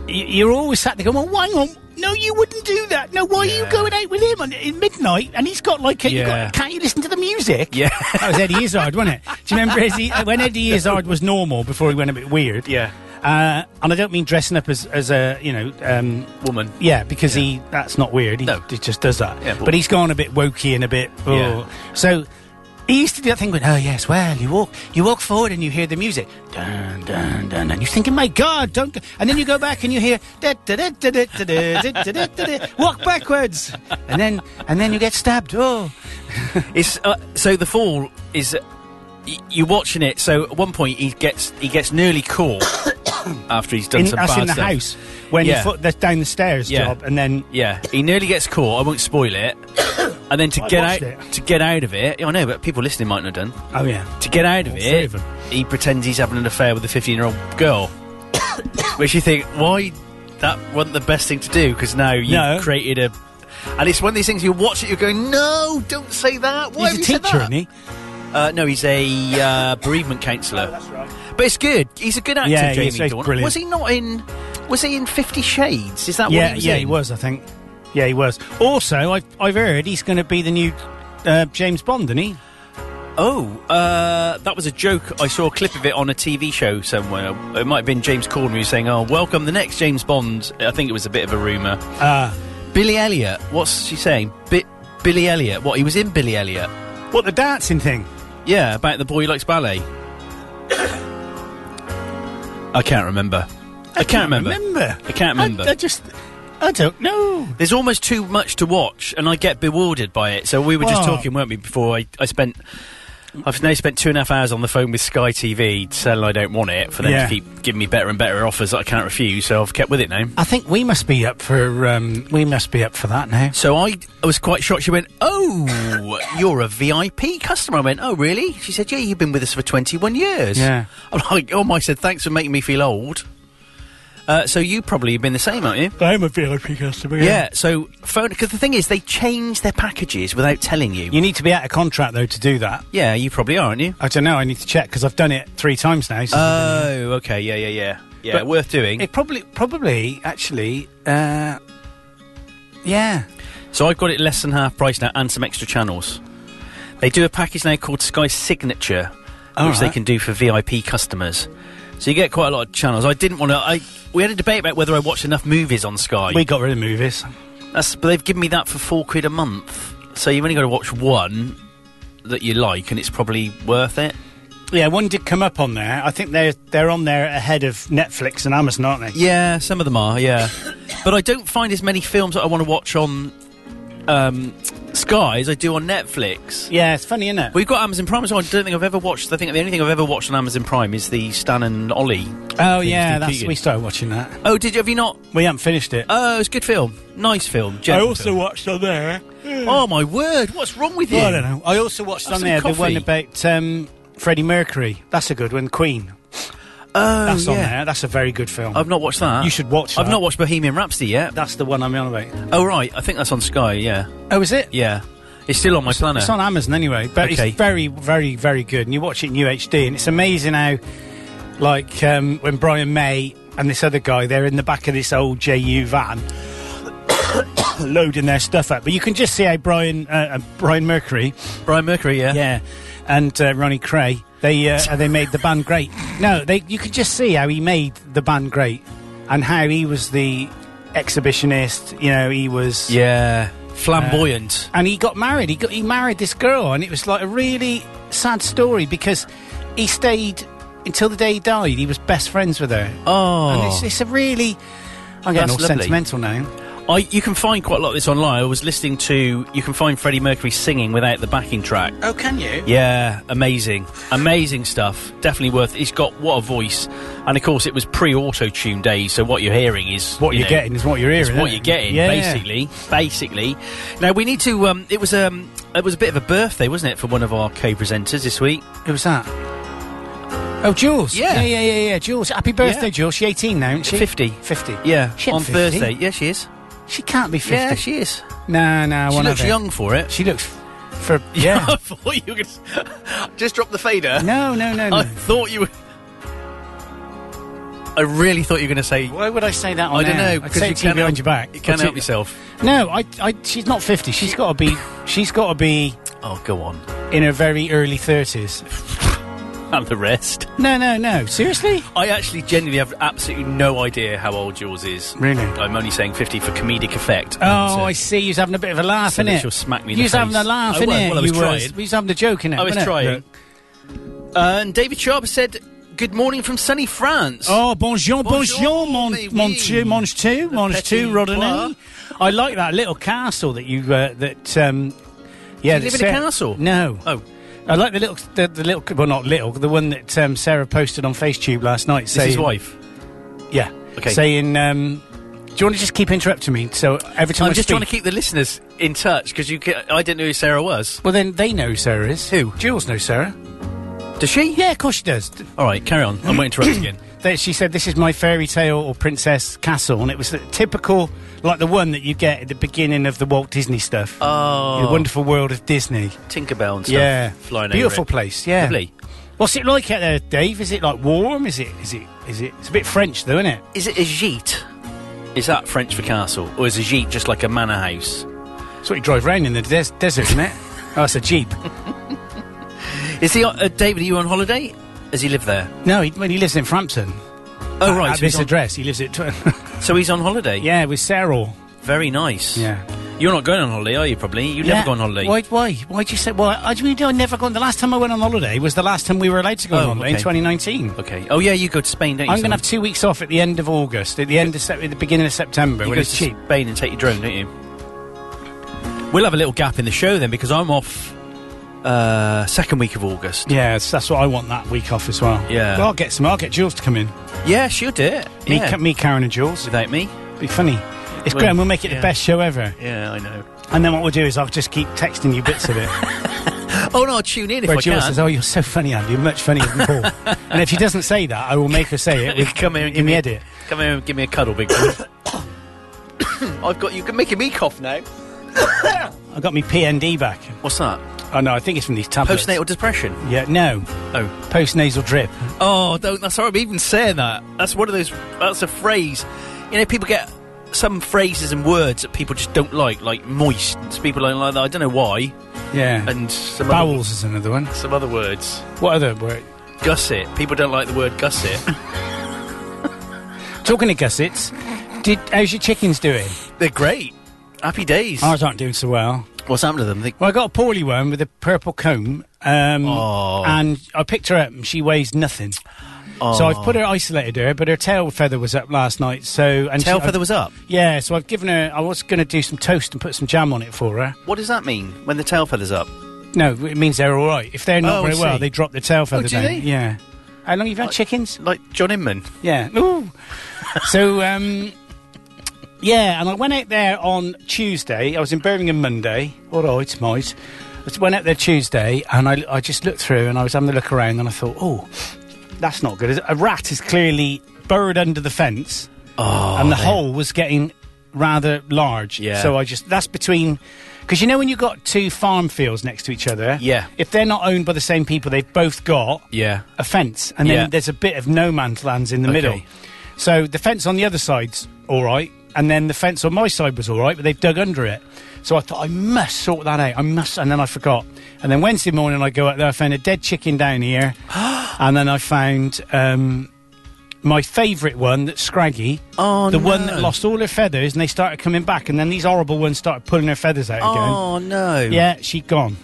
[SPEAKER 5] y- you're always sat there going, well, why on? No, you wouldn't do that. No, why are you
[SPEAKER 6] Yeah.
[SPEAKER 5] going out with him on, at midnight? And he's got like, a, you
[SPEAKER 6] Yeah.
[SPEAKER 5] got, can't you listen to the music?
[SPEAKER 6] Yeah.
[SPEAKER 5] that was Eddie Izzard, wasn't it? Do you remember Eddie, uh, when Eddie Izzard was normal before he went a bit weird?
[SPEAKER 6] Yeah.
[SPEAKER 5] Uh, and I don't mean dressing up as, as a, you know, um,
[SPEAKER 6] Woman.
[SPEAKER 5] yeah, because he that's not weird. He,
[SPEAKER 6] No.
[SPEAKER 5] he just does that.
[SPEAKER 6] Yeah, but-
[SPEAKER 5] but, he's gone a bit wokey and a bit. Oh.
[SPEAKER 6] Yeah.
[SPEAKER 5] So he used to do that thing with, oh yes, well you walk you walk forward and you hear the music, dun dun dun, and you're thinking, my God, don't. Go. And then you go back and you hear, da, da, da, da, da, da, da, da, da, da, da, da, walk backwards, and then and then you get stabbed. Oh,
[SPEAKER 6] It's uh, so the fall is uh, y- you're watching it. So at one point he gets he gets nearly caught after he's done
[SPEAKER 5] In,
[SPEAKER 6] some
[SPEAKER 5] that's
[SPEAKER 6] bad
[SPEAKER 5] in the
[SPEAKER 6] stuff.
[SPEAKER 5] house when
[SPEAKER 6] Yeah.
[SPEAKER 5] you foot the down the stairs
[SPEAKER 6] Yeah.
[SPEAKER 5] job, and then
[SPEAKER 6] Yeah, he nearly gets caught. I won't spoil it. And then to
[SPEAKER 5] I
[SPEAKER 6] get out
[SPEAKER 5] watched it.
[SPEAKER 6] to get out of it, I know, but people listening might not have done.
[SPEAKER 5] oh yeah,
[SPEAKER 6] To get out of
[SPEAKER 5] All three
[SPEAKER 6] it,
[SPEAKER 5] of 'em.
[SPEAKER 6] he pretends he's having an affair with a 15 year old girl. Which you think, why? That wasn't the best thing to do because now you've
[SPEAKER 5] No.
[SPEAKER 6] created a. And it's one of these things you watch it, you're going, no, don't say that. Why have
[SPEAKER 5] he's a
[SPEAKER 6] you said
[SPEAKER 5] teacher,
[SPEAKER 6] that?"
[SPEAKER 5] isn't he?
[SPEAKER 6] Uh, no, he's a uh, bereavement counsellor. that's right. But it's good. He's a good actor,
[SPEAKER 5] Oh, Yeah,
[SPEAKER 6] Jamie
[SPEAKER 5] he's- he's
[SPEAKER 6] Dornan.
[SPEAKER 5] brilliant.
[SPEAKER 6] Was he not in? Was he in Fifty Shades? Is that what
[SPEAKER 5] Yeah,
[SPEAKER 6] he was
[SPEAKER 5] yeah,
[SPEAKER 6] in?
[SPEAKER 5] he was. I think. Yeah, he was. Also, I've I've heard he's going to be the new uh, James Bond, isn't he?
[SPEAKER 6] Oh, uh, that was a joke. I saw a clip of it on a TV show somewhere. It might have been James Corden who was saying, "Oh, welcome the next James Bond." I think it was a bit of a rumor.
[SPEAKER 5] Uh,
[SPEAKER 6] Billy Elliot. What's she saying? Bi- Billy Elliot. What he was in Billy Elliot?
[SPEAKER 5] what the dancing thing?
[SPEAKER 6] Yeah, about the boy who likes ballet. I can't remember. I, can't remember.
[SPEAKER 5] Remember?
[SPEAKER 6] I can't remember.
[SPEAKER 5] I, I just I don't know.
[SPEAKER 6] There's almost too much to watch, and I get bewildered by it. So we were just
[SPEAKER 5] Wow.
[SPEAKER 6] talking, weren't we? Before I, I spent, I've now spent two and a half hours on the phone with Sky TV telling I don't want it for them
[SPEAKER 5] Yeah.
[SPEAKER 6] to keep giving me better and better offers that I can't refuse. So I've kept with it now.
[SPEAKER 5] I think we must be up for um, we must be up for that now.
[SPEAKER 6] So I, I was quite shocked. She went, "Oh, you're a VIP customer." I went, "Oh, really?" She said, "Yeah, you've been with us for 21 years."
[SPEAKER 5] Yeah.
[SPEAKER 6] I'm like, "Oh my!" I said, "Thanks for making me feel old." Uh, so you probably have been the same, aren't you?
[SPEAKER 5] I'm a VIP customer.
[SPEAKER 6] Yeah. So phone because the thing is, they change their packages without telling you.
[SPEAKER 5] You need to be out of contract though to do that.
[SPEAKER 6] Yeah, you probably are, aren't you?
[SPEAKER 5] I don't know. I need to check because I've done it three times now. so-
[SPEAKER 6] Oh, okay, yeah, yeah, yeah, yeah.
[SPEAKER 5] But-
[SPEAKER 6] worth doing.
[SPEAKER 5] it probably, probably, actually, uh, yeah.
[SPEAKER 6] so I've got it less than half price now, and some extra channels. They do a package now called Sky Signature,
[SPEAKER 5] All
[SPEAKER 6] which they
[SPEAKER 5] right.
[SPEAKER 6] can do for VIP customers. So you get quite a lot of channels. I didn't want to. I we had a debate about whether I watched enough movies on Sky.
[SPEAKER 5] We got rid of movies.
[SPEAKER 6] That's, but they've given me that for four quid a month. So you've only got to watch one that you like, and it's probably worth it.
[SPEAKER 5] Yeah, one did come up on there. I think they're they're on there ahead of Netflix and Amazon, aren't they?
[SPEAKER 6] Yeah, some of them are. Yeah, but I don't find as many films that I want to watch on um, Sky as I do on Netflix.
[SPEAKER 5] Yeah, it's funny, isn't it?
[SPEAKER 6] We've got Amazon Prime, so I don't think I've ever watched. I think the only thing I've ever watched on Amazon Prime is the Stan and Ollie.
[SPEAKER 5] oh
[SPEAKER 6] Steve
[SPEAKER 5] yeah, that's
[SPEAKER 6] Keegan.
[SPEAKER 5] we started watching that.
[SPEAKER 6] Oh, did you? Have you not?
[SPEAKER 5] We haven't finished it.
[SPEAKER 6] Oh, it's a good film. Nice film. gentle film.
[SPEAKER 5] watched on there.
[SPEAKER 6] Oh my word! What's wrong with you?
[SPEAKER 5] I don't know. I also watched
[SPEAKER 6] Have
[SPEAKER 5] on
[SPEAKER 6] some
[SPEAKER 5] there the
[SPEAKER 6] coffee.
[SPEAKER 5] one about um, Freddie Mercury. That's a good one. Queen.
[SPEAKER 6] Oh,
[SPEAKER 5] That's on
[SPEAKER 6] yeah.
[SPEAKER 5] there. That's a very good film.
[SPEAKER 6] I've not watched that.
[SPEAKER 5] You should watch
[SPEAKER 6] I've
[SPEAKER 5] that.
[SPEAKER 6] not watched Bohemian Rhapsody yet.
[SPEAKER 5] Oh, that's the one I'm on about.
[SPEAKER 6] Oh right, I think that's on Sky. Yeah,
[SPEAKER 5] Oh, is it?
[SPEAKER 6] yeah. It's still on my planner.
[SPEAKER 5] It's on Amazon anyway, but
[SPEAKER 6] Okay.
[SPEAKER 5] it's very, very, very good. And you watch it in UHD, and it's amazing how, like, um, when Brian May and this other guy, they're in the back of this old JU van, loading their stuff up. But you can just see how Brian, uh, uh, Brian Mercury,
[SPEAKER 6] Brian Mercury. Yeah.
[SPEAKER 5] yeah, and uh, Ronnie Cray, they uh, they made the band great. No, they you can just see how he made the band great, and how he was the exhibitionist. You know, he was
[SPEAKER 6] Yeah. Flamboyant.
[SPEAKER 5] and he got married. He got he married this girl, and it was like a really sad story because he stayed until the day he died. He was best friends with her,
[SPEAKER 6] oh.
[SPEAKER 5] and it's, it's a really. I'm getting
[SPEAKER 6] That's
[SPEAKER 5] all
[SPEAKER 6] lovely.
[SPEAKER 5] sentimental now.
[SPEAKER 6] I, you can find quite a lot of this online. I was listening to. You can find Freddie Mercury singing without the backing track.
[SPEAKER 5] Oh, can you?
[SPEAKER 6] Yeah, amazing, amazing stuff. Definitely worth. He's got what a voice, and of course it was pre-auto tune days. So what you're hearing is
[SPEAKER 5] What
[SPEAKER 6] you
[SPEAKER 5] you are
[SPEAKER 6] know,
[SPEAKER 5] getting is what you're hearing.
[SPEAKER 6] It's what
[SPEAKER 5] isn't
[SPEAKER 6] you're
[SPEAKER 5] it?
[SPEAKER 6] getting,
[SPEAKER 5] Yeah.
[SPEAKER 6] basically. Basically. Now we need to. Um, it was um, it was a bit of a birthday, wasn't it, for one of our co-presenters this week?
[SPEAKER 5] Who was that? Oh, Jules.
[SPEAKER 6] Yeah.
[SPEAKER 5] yeah, yeah, yeah. yeah. Jules, happy birthday,
[SPEAKER 6] Yeah.
[SPEAKER 5] Jules. She's 18 now, isn't she?
[SPEAKER 6] Fifty.
[SPEAKER 5] 50.
[SPEAKER 6] Yeah,
[SPEAKER 5] She ain't
[SPEAKER 6] on
[SPEAKER 5] 50.
[SPEAKER 6] Thursday. Yeah, she is.
[SPEAKER 5] She can't be 50.
[SPEAKER 6] Yeah, she is.
[SPEAKER 5] no, no,
[SPEAKER 6] She
[SPEAKER 5] one
[SPEAKER 6] looks
[SPEAKER 5] of it.
[SPEAKER 6] young for it.
[SPEAKER 5] She looks for. Yeah.
[SPEAKER 6] I thought you were gonna just drop the fader.
[SPEAKER 5] no, no, no,
[SPEAKER 6] I
[SPEAKER 5] no.
[SPEAKER 6] thought you. were... I really thought you were going to say.
[SPEAKER 5] Why would I say that on
[SPEAKER 6] I don't
[SPEAKER 5] air?
[SPEAKER 6] know
[SPEAKER 5] I'd
[SPEAKER 6] because
[SPEAKER 5] say
[SPEAKER 6] you
[SPEAKER 5] it to you
[SPEAKER 6] can't
[SPEAKER 5] behind
[SPEAKER 6] help,
[SPEAKER 5] your back.
[SPEAKER 6] You can't
[SPEAKER 5] I'd
[SPEAKER 6] help
[SPEAKER 5] say-
[SPEAKER 6] yourself.
[SPEAKER 5] No, I, I, she's not 50. She's got to be, she's got to be
[SPEAKER 6] Oh, go on.
[SPEAKER 5] in her very early 30s.
[SPEAKER 6] And the rest.
[SPEAKER 5] No, no, no. Seriously?
[SPEAKER 6] I actually genuinely have absolutely no idea how old yours is.
[SPEAKER 5] Really?
[SPEAKER 6] I'm only saying 50 for comedic effect.
[SPEAKER 5] Oh, I see. You was having a bit of a laugh,
[SPEAKER 6] So that
[SPEAKER 5] innit?
[SPEAKER 6] she'll smack me in the
[SPEAKER 5] You was having a
[SPEAKER 6] face.
[SPEAKER 5] laugh,
[SPEAKER 6] I was.
[SPEAKER 5] innit?
[SPEAKER 6] Well, I was
[SPEAKER 5] you
[SPEAKER 6] trying.
[SPEAKER 5] Was, you was having a joke, innit?
[SPEAKER 6] I was
[SPEAKER 5] wasn't it?
[SPEAKER 6] trying.
[SPEAKER 5] Look.
[SPEAKER 6] Uh, and David Sharp said, Good morning from sunny France.
[SPEAKER 5] Oh, bonjour, bonjour,
[SPEAKER 6] Bonjour,
[SPEAKER 5] mon,
[SPEAKER 6] mais
[SPEAKER 5] mon
[SPEAKER 6] oui.
[SPEAKER 5] tu, mon tu, mon
[SPEAKER 6] petit
[SPEAKER 5] tu, Rodinelli. I like that little castle that you, uh, that, um, yeah.
[SPEAKER 6] Do you
[SPEAKER 5] that
[SPEAKER 6] live in a
[SPEAKER 5] Sarah-
[SPEAKER 6] castle?
[SPEAKER 5] No.
[SPEAKER 6] Oh,
[SPEAKER 5] I like the little, the, the little, well, not little, the one that um, Sarah posted on FaceTube last night
[SPEAKER 6] this is
[SPEAKER 5] saying...
[SPEAKER 6] his wife.
[SPEAKER 5] Yeah.
[SPEAKER 6] Okay.
[SPEAKER 5] Saying, um, do you want to just keep interrupting me? So every time
[SPEAKER 6] I'm
[SPEAKER 5] I
[SPEAKER 6] just
[SPEAKER 5] speak-
[SPEAKER 6] trying to keep the listeners in touch because you. ca- I didn't know who Sarah was.
[SPEAKER 5] Well, then they know who Sarah is.
[SPEAKER 6] Who?
[SPEAKER 5] Jules knows Sarah.
[SPEAKER 6] Does she?
[SPEAKER 5] Yeah, of course she does.
[SPEAKER 6] All right, carry on. I'm waiting to interrupt again.
[SPEAKER 5] That she said, "This is my fairy tale or princess castle," and it was the typical, like the one that you get at the beginning of the Walt Disney stuff.
[SPEAKER 6] Oh.
[SPEAKER 5] the wonderful world of Disney.
[SPEAKER 6] Tinkerbell and stuff.
[SPEAKER 5] Yeah,
[SPEAKER 6] flying
[SPEAKER 5] beautiful
[SPEAKER 6] over it.
[SPEAKER 5] place. Yeah,
[SPEAKER 6] Lovely.
[SPEAKER 5] What's it like out there, Dave? Is it like warm? Is it? Is it? Is it? It's a bit French, though, isn't it?
[SPEAKER 6] Is it a gîte? Is that French for castle, or is a gîte just like a manor house?
[SPEAKER 5] It's what you drive around in the des- desert, isn't it? Oh, that's a jeep.
[SPEAKER 6] Is he? on- Uh, David, are you on holiday? Does he live there?
[SPEAKER 5] No, he, well, he lives in Frampton.
[SPEAKER 6] Oh
[SPEAKER 5] At-
[SPEAKER 6] right,
[SPEAKER 5] at
[SPEAKER 6] so,
[SPEAKER 5] Uh, this
[SPEAKER 6] he's on,
[SPEAKER 5] address, he lives at. Tw-
[SPEAKER 6] so he's on holiday.
[SPEAKER 5] yeah, with Cyril.
[SPEAKER 6] very nice.
[SPEAKER 5] Yeah.
[SPEAKER 6] you're not going on holiday, are you? Probably you
[SPEAKER 5] Yeah.
[SPEAKER 6] never go on holiday.
[SPEAKER 5] Why? Why? Why'd you say? Why? I mean, I never gone. The last time I went on holiday was the last time we were allowed to go on
[SPEAKER 6] Oh,
[SPEAKER 5] holiday in
[SPEAKER 6] okay.
[SPEAKER 5] 2019.
[SPEAKER 6] Okay. Oh yeah, you go to Spain, don't you?
[SPEAKER 5] I'm going to
[SPEAKER 6] Simon?
[SPEAKER 5] have two weeks off at the end of August, at the end of sep- at the beginning of September,
[SPEAKER 6] You
[SPEAKER 5] when
[SPEAKER 6] go
[SPEAKER 5] it's
[SPEAKER 6] to
[SPEAKER 5] cheap.
[SPEAKER 6] Spain and take your drone, don't you? We'll have a little gap in the show then because I'm off uh, second week of August.
[SPEAKER 5] Yeah, it's- that's what I want that week off as well.
[SPEAKER 6] Yeah.
[SPEAKER 5] Well, I'll get some. I'll get Jules to come in.
[SPEAKER 6] Yeah, she'll do it.
[SPEAKER 5] Me,
[SPEAKER 6] yeah.
[SPEAKER 5] Ca- me, Karen, and Jules.
[SPEAKER 6] without me.
[SPEAKER 5] Be funny. It's
[SPEAKER 6] Well,
[SPEAKER 5] great. and We'll make it
[SPEAKER 6] yeah.
[SPEAKER 5] the best show ever.
[SPEAKER 6] Yeah, I know.
[SPEAKER 5] And then what we'll do is I'll just keep texting you bits of it.
[SPEAKER 6] Oh no, I'll tune in if
[SPEAKER 5] where
[SPEAKER 6] I can.
[SPEAKER 5] Jules says, "Oh, you're so funny, Andy. You're much funnier than Paul." and if she doesn't say that, I will make her say it. With,
[SPEAKER 6] come here and give
[SPEAKER 5] in
[SPEAKER 6] me
[SPEAKER 5] the
[SPEAKER 6] a-
[SPEAKER 5] edit.
[SPEAKER 6] Come here and give me a cuddle, big boy. I've got you. You're making me cough now.
[SPEAKER 5] I got me PND back.
[SPEAKER 6] What's that?
[SPEAKER 5] Oh no, I think it's from these tablets.
[SPEAKER 6] Postnatal depression.
[SPEAKER 5] Yeah, no.
[SPEAKER 6] Oh,
[SPEAKER 5] Postnasal drip.
[SPEAKER 6] oh, don't. That's sorry. I'm even saying that. That's one of those. That's a phrase. You know, people get some phrases and words that people just don't like, like moist. People don't like that. I don't know why.
[SPEAKER 5] Yeah.
[SPEAKER 6] And some other,
[SPEAKER 5] Bowels is another one.
[SPEAKER 6] some other words.
[SPEAKER 5] What other word?
[SPEAKER 6] Gusset. People don't like the word gusset.
[SPEAKER 5] Talking of gussets, did how's your chickens doing?
[SPEAKER 6] They're great. Happy days.
[SPEAKER 5] Ours aren't doing so well.
[SPEAKER 6] What's happened to them? They-
[SPEAKER 5] Well, I got a poorly one with a purple comb, um,
[SPEAKER 6] Oh.
[SPEAKER 5] and I picked her up, and she weighs nothing. So I've put her,
[SPEAKER 6] Oh.
[SPEAKER 5] isolated her, but her tail feather was up last night. So and
[SPEAKER 6] Tail
[SPEAKER 5] she-
[SPEAKER 6] feather was up.
[SPEAKER 5] Yeah, so I've given her. I was going to do some toast and put some jam on it for her.
[SPEAKER 6] What does that mean when the tail feather's up?
[SPEAKER 5] No, it means they're all right. If they're not
[SPEAKER 6] Oh, I
[SPEAKER 5] very well,
[SPEAKER 6] see.
[SPEAKER 5] they drop the tail feather
[SPEAKER 6] do
[SPEAKER 5] down.
[SPEAKER 6] they?
[SPEAKER 5] Yeah. How long have you had chickens?
[SPEAKER 6] Like John Inman.
[SPEAKER 5] Yeah. Ooh. so, um, yeah, and I went out there on Tuesday. I was in Birmingham Monday. All right, mate. I just went out there Tuesday, and I, I just looked through, and I was having a look around, and I thought, oh, that's not good. is it? A rat is clearly burrowed under the fence, and the hole was getting rather large.
[SPEAKER 6] Oh, Yeah.
[SPEAKER 5] So I just that's between. Because you know when you've got two farm fields next to each other,
[SPEAKER 6] Yeah.
[SPEAKER 5] If they're not owned by the same people, they've both got
[SPEAKER 6] Yeah.
[SPEAKER 5] a fence, and then
[SPEAKER 6] Yeah.
[SPEAKER 5] there's a bit of no man's lands in the middle.
[SPEAKER 6] Okay.
[SPEAKER 5] So the fence on the other side's all right, and then the fence on my side was all right, but they've dug under it. So I thought I must sort that out. I must, and then I forgot. And then Wednesday morning, I go out there, I found a dead chicken down here, and then I found um, my favourite one that's scraggy.
[SPEAKER 6] Oh,
[SPEAKER 5] the one that
[SPEAKER 6] no.
[SPEAKER 5] lost all her feathers, and they started coming back, and then these horrible ones started pulling her feathers out again.
[SPEAKER 6] Oh no.
[SPEAKER 5] Yeah, she'd gone.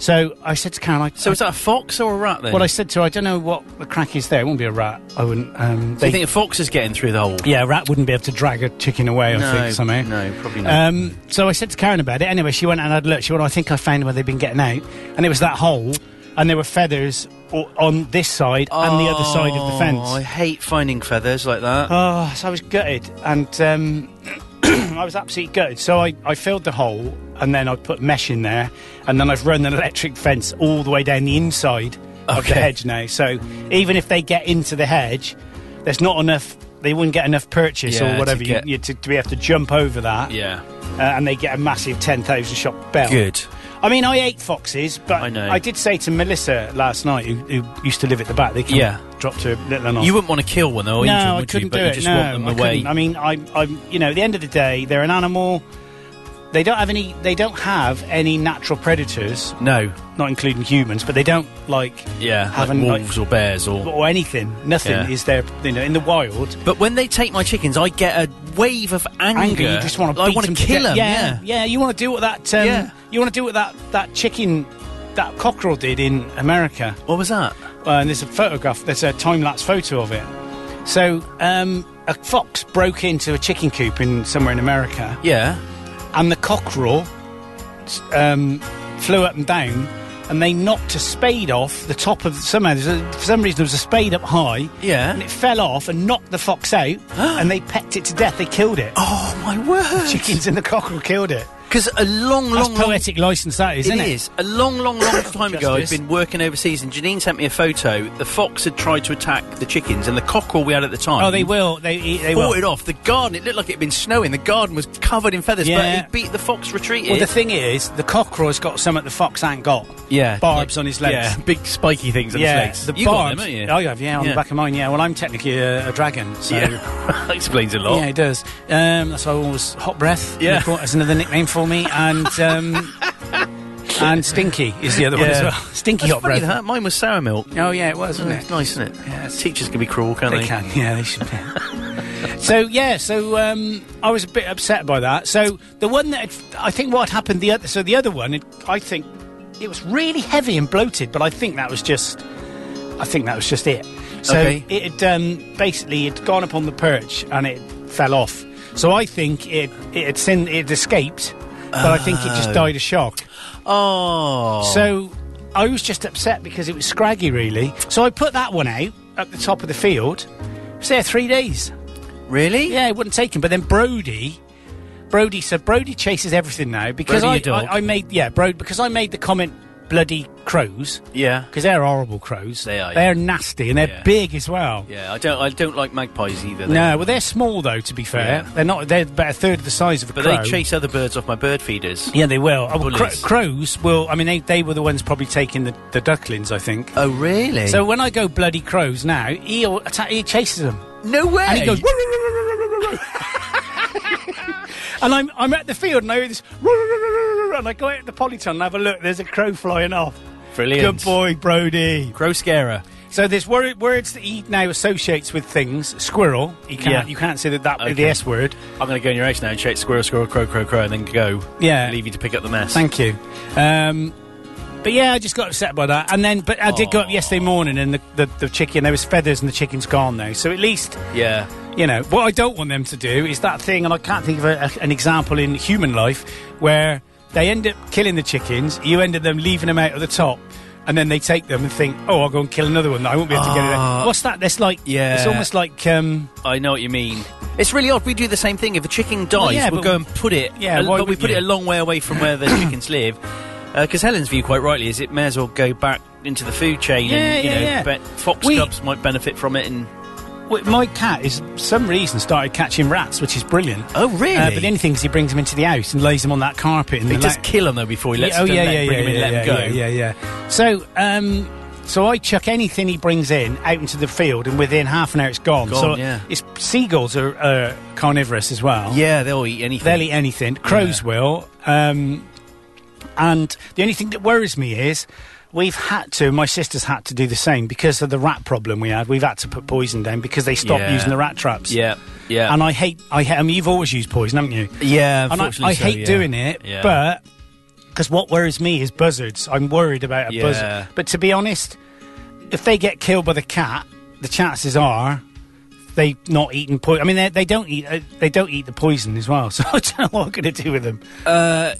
[SPEAKER 5] So I said to Karen, I,
[SPEAKER 6] So is that a fox or a rat then?
[SPEAKER 5] well, I said to her, I don't know what the crack is there. It wouldn't be a rat. I wouldn't. Um,
[SPEAKER 6] Do
[SPEAKER 5] they,
[SPEAKER 6] you think a fox is getting through the hole?
[SPEAKER 5] yeah, a rat wouldn't be able to drag a chicken away,
[SPEAKER 6] No,
[SPEAKER 5] I think, somehow.
[SPEAKER 6] no, probably not.
[SPEAKER 5] Um, so I said to Karen about it. Anyway, she went and I'd looked. She went, I think I found where they've been getting out. And it was that hole, and there were feathers o- on this side and the other side of the
[SPEAKER 6] Oh, I
[SPEAKER 5] fence.
[SPEAKER 6] hate finding feathers like that.
[SPEAKER 5] Oh, so I was gutted. And um, I was absolutely gutted. So I, I filled the hole, and then I put mesh in there. And then I've run an electric fence all the way down the inside of the
[SPEAKER 6] Okay.
[SPEAKER 5] hedge now. So even if they get into the hedge, there's not enough. They wouldn't get enough purchase
[SPEAKER 6] Yeah,
[SPEAKER 5] or
[SPEAKER 6] to
[SPEAKER 5] whatever you-
[SPEAKER 6] get-
[SPEAKER 5] you, to, to be able to jump over that.
[SPEAKER 6] yeah.
[SPEAKER 5] Uh, and they get a massive 10,000 shot bell.
[SPEAKER 6] Good.
[SPEAKER 5] I mean, I ate foxes, but
[SPEAKER 6] I know.
[SPEAKER 5] did say to Melissa last night, who, who used to live at the back, they came
[SPEAKER 6] Yeah.
[SPEAKER 5] dropped her little one off.
[SPEAKER 6] You wouldn't want to kill one though, either,
[SPEAKER 5] no, I
[SPEAKER 6] would
[SPEAKER 5] couldn't
[SPEAKER 6] you? But
[SPEAKER 5] do
[SPEAKER 6] you
[SPEAKER 5] it.
[SPEAKER 6] just
[SPEAKER 5] no,
[SPEAKER 6] want them
[SPEAKER 5] I
[SPEAKER 6] away.
[SPEAKER 5] couldn't. I mean, I'm, I'm, you know, at the end of the day, they're an animal. They don't have any. They don't have any natural predators,
[SPEAKER 6] no.
[SPEAKER 5] not including humans, but they don't like
[SPEAKER 6] Yeah. Like
[SPEAKER 5] having like,
[SPEAKER 6] wolves or bears or
[SPEAKER 5] or anything. Nothing
[SPEAKER 6] Yeah.
[SPEAKER 5] is there. You know, in the wild,
[SPEAKER 6] But when they take my chickens, I get a wave of anger.
[SPEAKER 5] angry. You just want to.
[SPEAKER 6] I want to kill them. Yeah.
[SPEAKER 5] Yeah, yeah. You want to do what that. Um,
[SPEAKER 6] Yeah.
[SPEAKER 5] You want to do what that that chicken, that cockerel did in America.
[SPEAKER 6] What was that?
[SPEAKER 5] Uh, and there's a photograph. There's a time lapse photo of it. So um, a fox broke into a chicken coop in somewhere in America,
[SPEAKER 6] Yeah.
[SPEAKER 5] and the cockerel s- um, flew up and down. and they knocked a spade off the top of somehow. There's a, for some reason, there was a spade up high.
[SPEAKER 6] Yeah.
[SPEAKER 5] and it fell off and knocked the fox out, and they pecked it to death. They killed it.
[SPEAKER 6] Oh my word!
[SPEAKER 5] Chickens and the cockerel killed it.
[SPEAKER 6] Because a long,
[SPEAKER 5] That's
[SPEAKER 6] long, long
[SPEAKER 5] poetic license, that is,
[SPEAKER 6] It
[SPEAKER 5] isn't it?
[SPEAKER 6] is. A long, long, long time ago, I'd
[SPEAKER 5] Justice.
[SPEAKER 6] been working overseas, and Janine sent me a photo. The fox had tried to attack the chickens, and the cockerel we had at the time.
[SPEAKER 5] Oh, they will. They eat. They will.
[SPEAKER 6] Fought it off. The garden, it looked like it had been snowing. The garden was covered in feathers,
[SPEAKER 5] Yeah.
[SPEAKER 6] but he beat the fox, retreated.
[SPEAKER 5] Well, the thing is, the cockerel's got some that the fox ain't got.
[SPEAKER 6] yeah.
[SPEAKER 5] barbs on his legs.
[SPEAKER 6] Yeah, big spiky things on
[SPEAKER 5] Yeah,
[SPEAKER 6] his legs.
[SPEAKER 5] the
[SPEAKER 6] you got
[SPEAKER 5] barbs. Oh,
[SPEAKER 6] them, haven't you?
[SPEAKER 5] I have, yeah, on
[SPEAKER 6] Yeah.
[SPEAKER 5] the back of mine. Yeah, well, I'm technically a, a dragon, so
[SPEAKER 6] Yeah. that explains a lot.
[SPEAKER 5] Yeah, it does. Um, that's why I always hot breath.
[SPEAKER 6] Oh. Yeah.
[SPEAKER 5] of course, that's another nickname for me, and um, and stinky is the other one
[SPEAKER 6] Yeah.
[SPEAKER 5] as well. Stinky
[SPEAKER 6] That's
[SPEAKER 5] hot
[SPEAKER 6] funny,
[SPEAKER 5] breath.
[SPEAKER 6] that. Mine was sour milk.
[SPEAKER 5] Oh yeah, it was, wasn't
[SPEAKER 6] It's
[SPEAKER 5] it?
[SPEAKER 6] nice, isn't it? Yeah, Teachers can be cruel, can't they?
[SPEAKER 5] They can, yeah, they should. be. so yeah, so um, I was a bit upset by that. So the one that had, I think what had happened the other, so the other one, it, I think it was really heavy and bloated, but I think that was just, I think that was just it. So
[SPEAKER 6] Okay.
[SPEAKER 5] it had um, basically it had gone up on the perch and it fell off. So I think it it had sin, it had escaped, but I think it just died of shock.
[SPEAKER 6] Oh.
[SPEAKER 5] So I was just upset because it was scraggy, really. So I put that one out at the top of the field. It was there three days.
[SPEAKER 6] Really?
[SPEAKER 5] Yeah, it wouldn't take him. But then Brody, Brody, so Brody chases everything now because
[SPEAKER 6] Brody,
[SPEAKER 5] I,
[SPEAKER 6] your dog.
[SPEAKER 5] I, I made yeah, Brody because I made the comment bloody crows
[SPEAKER 6] Yeah.
[SPEAKER 5] because they're horrible crows.
[SPEAKER 6] They are,
[SPEAKER 5] They're nasty and they're
[SPEAKER 6] Yeah.
[SPEAKER 5] big as well.
[SPEAKER 6] Yeah, I don't. I don't like magpies either. They-
[SPEAKER 5] No, well they're small though. To be fair,
[SPEAKER 6] Yeah.
[SPEAKER 5] they're not. They're about a third of the size of a
[SPEAKER 6] but
[SPEAKER 5] crow.
[SPEAKER 6] they chase other birds off my bird feeders.
[SPEAKER 5] Yeah, they will. Oh, well, cro-
[SPEAKER 6] Bullies.
[SPEAKER 5] crows will. I mean, they, they were the ones probably taking the, the ducklings. I think.
[SPEAKER 6] Oh, really?
[SPEAKER 5] So when I go bloody crows now, he will atta- he chases them
[SPEAKER 6] no way.
[SPEAKER 5] and he goes. and I'm I'm at the field and I hear this. And I go out to the polytunnel and have a look. There's a crow flying off.
[SPEAKER 6] Brilliant.
[SPEAKER 5] Good boy, Brody.
[SPEAKER 6] Crow scarer.
[SPEAKER 5] So there's wor- words that he now associates with things. Squirrel. You can't
[SPEAKER 6] Yeah.
[SPEAKER 5] you can't say that that with the
[SPEAKER 6] Okay.
[SPEAKER 5] S word.
[SPEAKER 6] I'm going to go in your house now and check squirrel, squirrel, crow, crow, crow, and then go.
[SPEAKER 5] Yeah.
[SPEAKER 6] Leave you to pick up the mess.
[SPEAKER 5] Thank you. Um, but yeah, I just got upset by that. And then, but I did go up yesterday morning and the, the, the chicken, there was feathers and the chicken's gone now. So at least
[SPEAKER 6] yeah.
[SPEAKER 5] you know what i don't want them to do is that thing and i can't think of a, a- an example in human life where they end up killing the chickens you end up them leaving them out at the top and then they take them and think oh i'll go and kill another one i won't be able to get it out." what's that that's like
[SPEAKER 6] Ah. yeah.
[SPEAKER 5] it's almost like um
[SPEAKER 6] I know what you mean. It's really odd. We do the same thing. If a chicken dies,
[SPEAKER 5] yeah,
[SPEAKER 6] we'll
[SPEAKER 5] but-
[SPEAKER 6] go and put it.
[SPEAKER 5] Yeah,
[SPEAKER 6] a-
[SPEAKER 5] why
[SPEAKER 6] but we
[SPEAKER 5] wouldn't
[SPEAKER 6] put it a
[SPEAKER 5] you?
[SPEAKER 6] long way away from where the chickens live. Because Helen's view, quite rightly, is it may as well go back into the food chain,
[SPEAKER 5] Yeah,
[SPEAKER 6] and you
[SPEAKER 5] yeah,
[SPEAKER 6] know,
[SPEAKER 5] yeah.
[SPEAKER 6] bet fox
[SPEAKER 5] We-
[SPEAKER 6] cubs might benefit from it. And
[SPEAKER 5] w- my cat is for some reason started catching rats which is brilliant
[SPEAKER 6] Oh, really?
[SPEAKER 5] uh, but the only thing is he brings them into the house and lays them on that carpet and
[SPEAKER 6] he
[SPEAKER 5] the
[SPEAKER 6] does
[SPEAKER 5] la-
[SPEAKER 6] kill them though before he lets.
[SPEAKER 5] Yeah, oh
[SPEAKER 6] them,
[SPEAKER 5] yeah,
[SPEAKER 6] let-
[SPEAKER 5] yeah, yeah,
[SPEAKER 6] bring him in,
[SPEAKER 5] yeah,
[SPEAKER 6] let
[SPEAKER 5] yeah,
[SPEAKER 6] him go.
[SPEAKER 5] yeah, yeah, yeah. So, um, so I chuck anything he brings in out into the field, and within half an hour it's gone.
[SPEAKER 6] Gone,
[SPEAKER 5] so
[SPEAKER 6] yeah.
[SPEAKER 5] it's seagulls are uh, carnivorous as well.
[SPEAKER 6] Yeah, they'll eat anything.
[SPEAKER 5] They'll eat anything. Crows will. Um, and the only thing that worries me is we've had to, my sister's had to do the same because of the rat problem we had. We've had to put poison down because they stopped
[SPEAKER 6] Yeah.
[SPEAKER 5] using the rat traps.
[SPEAKER 6] Yeah, yeah,
[SPEAKER 5] And I hate, I hate, I mean, you've always used poison, haven't you?
[SPEAKER 6] yeah.
[SPEAKER 5] and I,
[SPEAKER 6] Unfortunately,
[SPEAKER 5] I
[SPEAKER 6] so,
[SPEAKER 5] hate
[SPEAKER 6] yeah.
[SPEAKER 5] doing it,
[SPEAKER 6] Yeah.
[SPEAKER 5] but because what worries me is buzzards. I'm worried about a
[SPEAKER 6] Yeah.
[SPEAKER 5] buzzard. But to be honest, if they get killed by the cat, the chances are they not eating poison. I mean, they, they don't eat. Uh, they don't eat the poison as well. So I don't know what I'm going to do with them.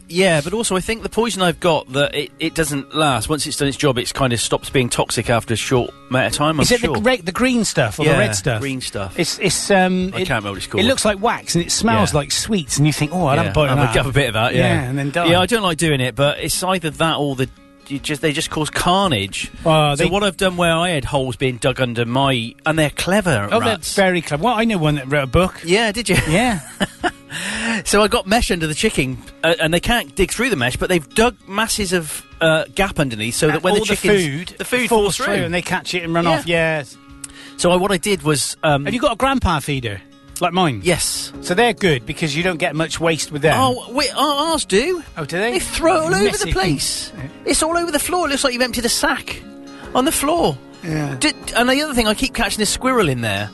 [SPEAKER 6] Yeah, but also I think the poison I've got that it, it doesn't last. Once it's done its job, it's kind of stops being toxic after a short amount of time. I'm
[SPEAKER 5] is it
[SPEAKER 6] sure.
[SPEAKER 5] the, re- the green stuff or
[SPEAKER 6] Yeah,
[SPEAKER 5] the red stuff?
[SPEAKER 6] green stuff.
[SPEAKER 5] It's it's. Um,
[SPEAKER 6] I can't
[SPEAKER 5] it-
[SPEAKER 6] remember what it's
[SPEAKER 5] It
[SPEAKER 6] called.
[SPEAKER 5] looks like wax and it smells
[SPEAKER 6] Yeah.
[SPEAKER 5] like sweets, and you think, oh, I'll
[SPEAKER 6] yeah.
[SPEAKER 5] have a bite of
[SPEAKER 6] I'll
[SPEAKER 5] that.
[SPEAKER 6] have a bit of that. Yeah,
[SPEAKER 5] and then die.
[SPEAKER 6] Yeah, I don't like doing it, but it's either that or the. You just they just cause carnage.
[SPEAKER 5] Oh,
[SPEAKER 6] so
[SPEAKER 5] they-
[SPEAKER 6] what I've done where I had holes being dug under my and they're clever.
[SPEAKER 5] Oh,
[SPEAKER 6] rats.
[SPEAKER 5] they're very clever. Well, I know one that wrote a book.
[SPEAKER 6] yeah, did you?
[SPEAKER 5] Yeah.
[SPEAKER 6] So I got mesh under the chicken, uh, and they can't dig through the mesh, but they've dug masses of uh, gap underneath, so that
[SPEAKER 5] And
[SPEAKER 6] when
[SPEAKER 5] all
[SPEAKER 6] the chickens,
[SPEAKER 5] food,
[SPEAKER 6] the food falls through.
[SPEAKER 5] and they catch it and run
[SPEAKER 6] Yeah.
[SPEAKER 5] off. Yes.
[SPEAKER 6] so I, what I did was, um,
[SPEAKER 5] Have you got a grandpa feeder like mine?
[SPEAKER 6] yes,
[SPEAKER 5] So they're good because you don't get much waste with them.
[SPEAKER 6] Oh, wait, our- ours do.
[SPEAKER 5] Oh, do they?
[SPEAKER 6] They throw it all over
[SPEAKER 5] Messy.
[SPEAKER 6] the place. It's all over the floor. It looks like you've emptied a sack on the floor. Yeah. and the other thing, I keep catching a squirrel in there.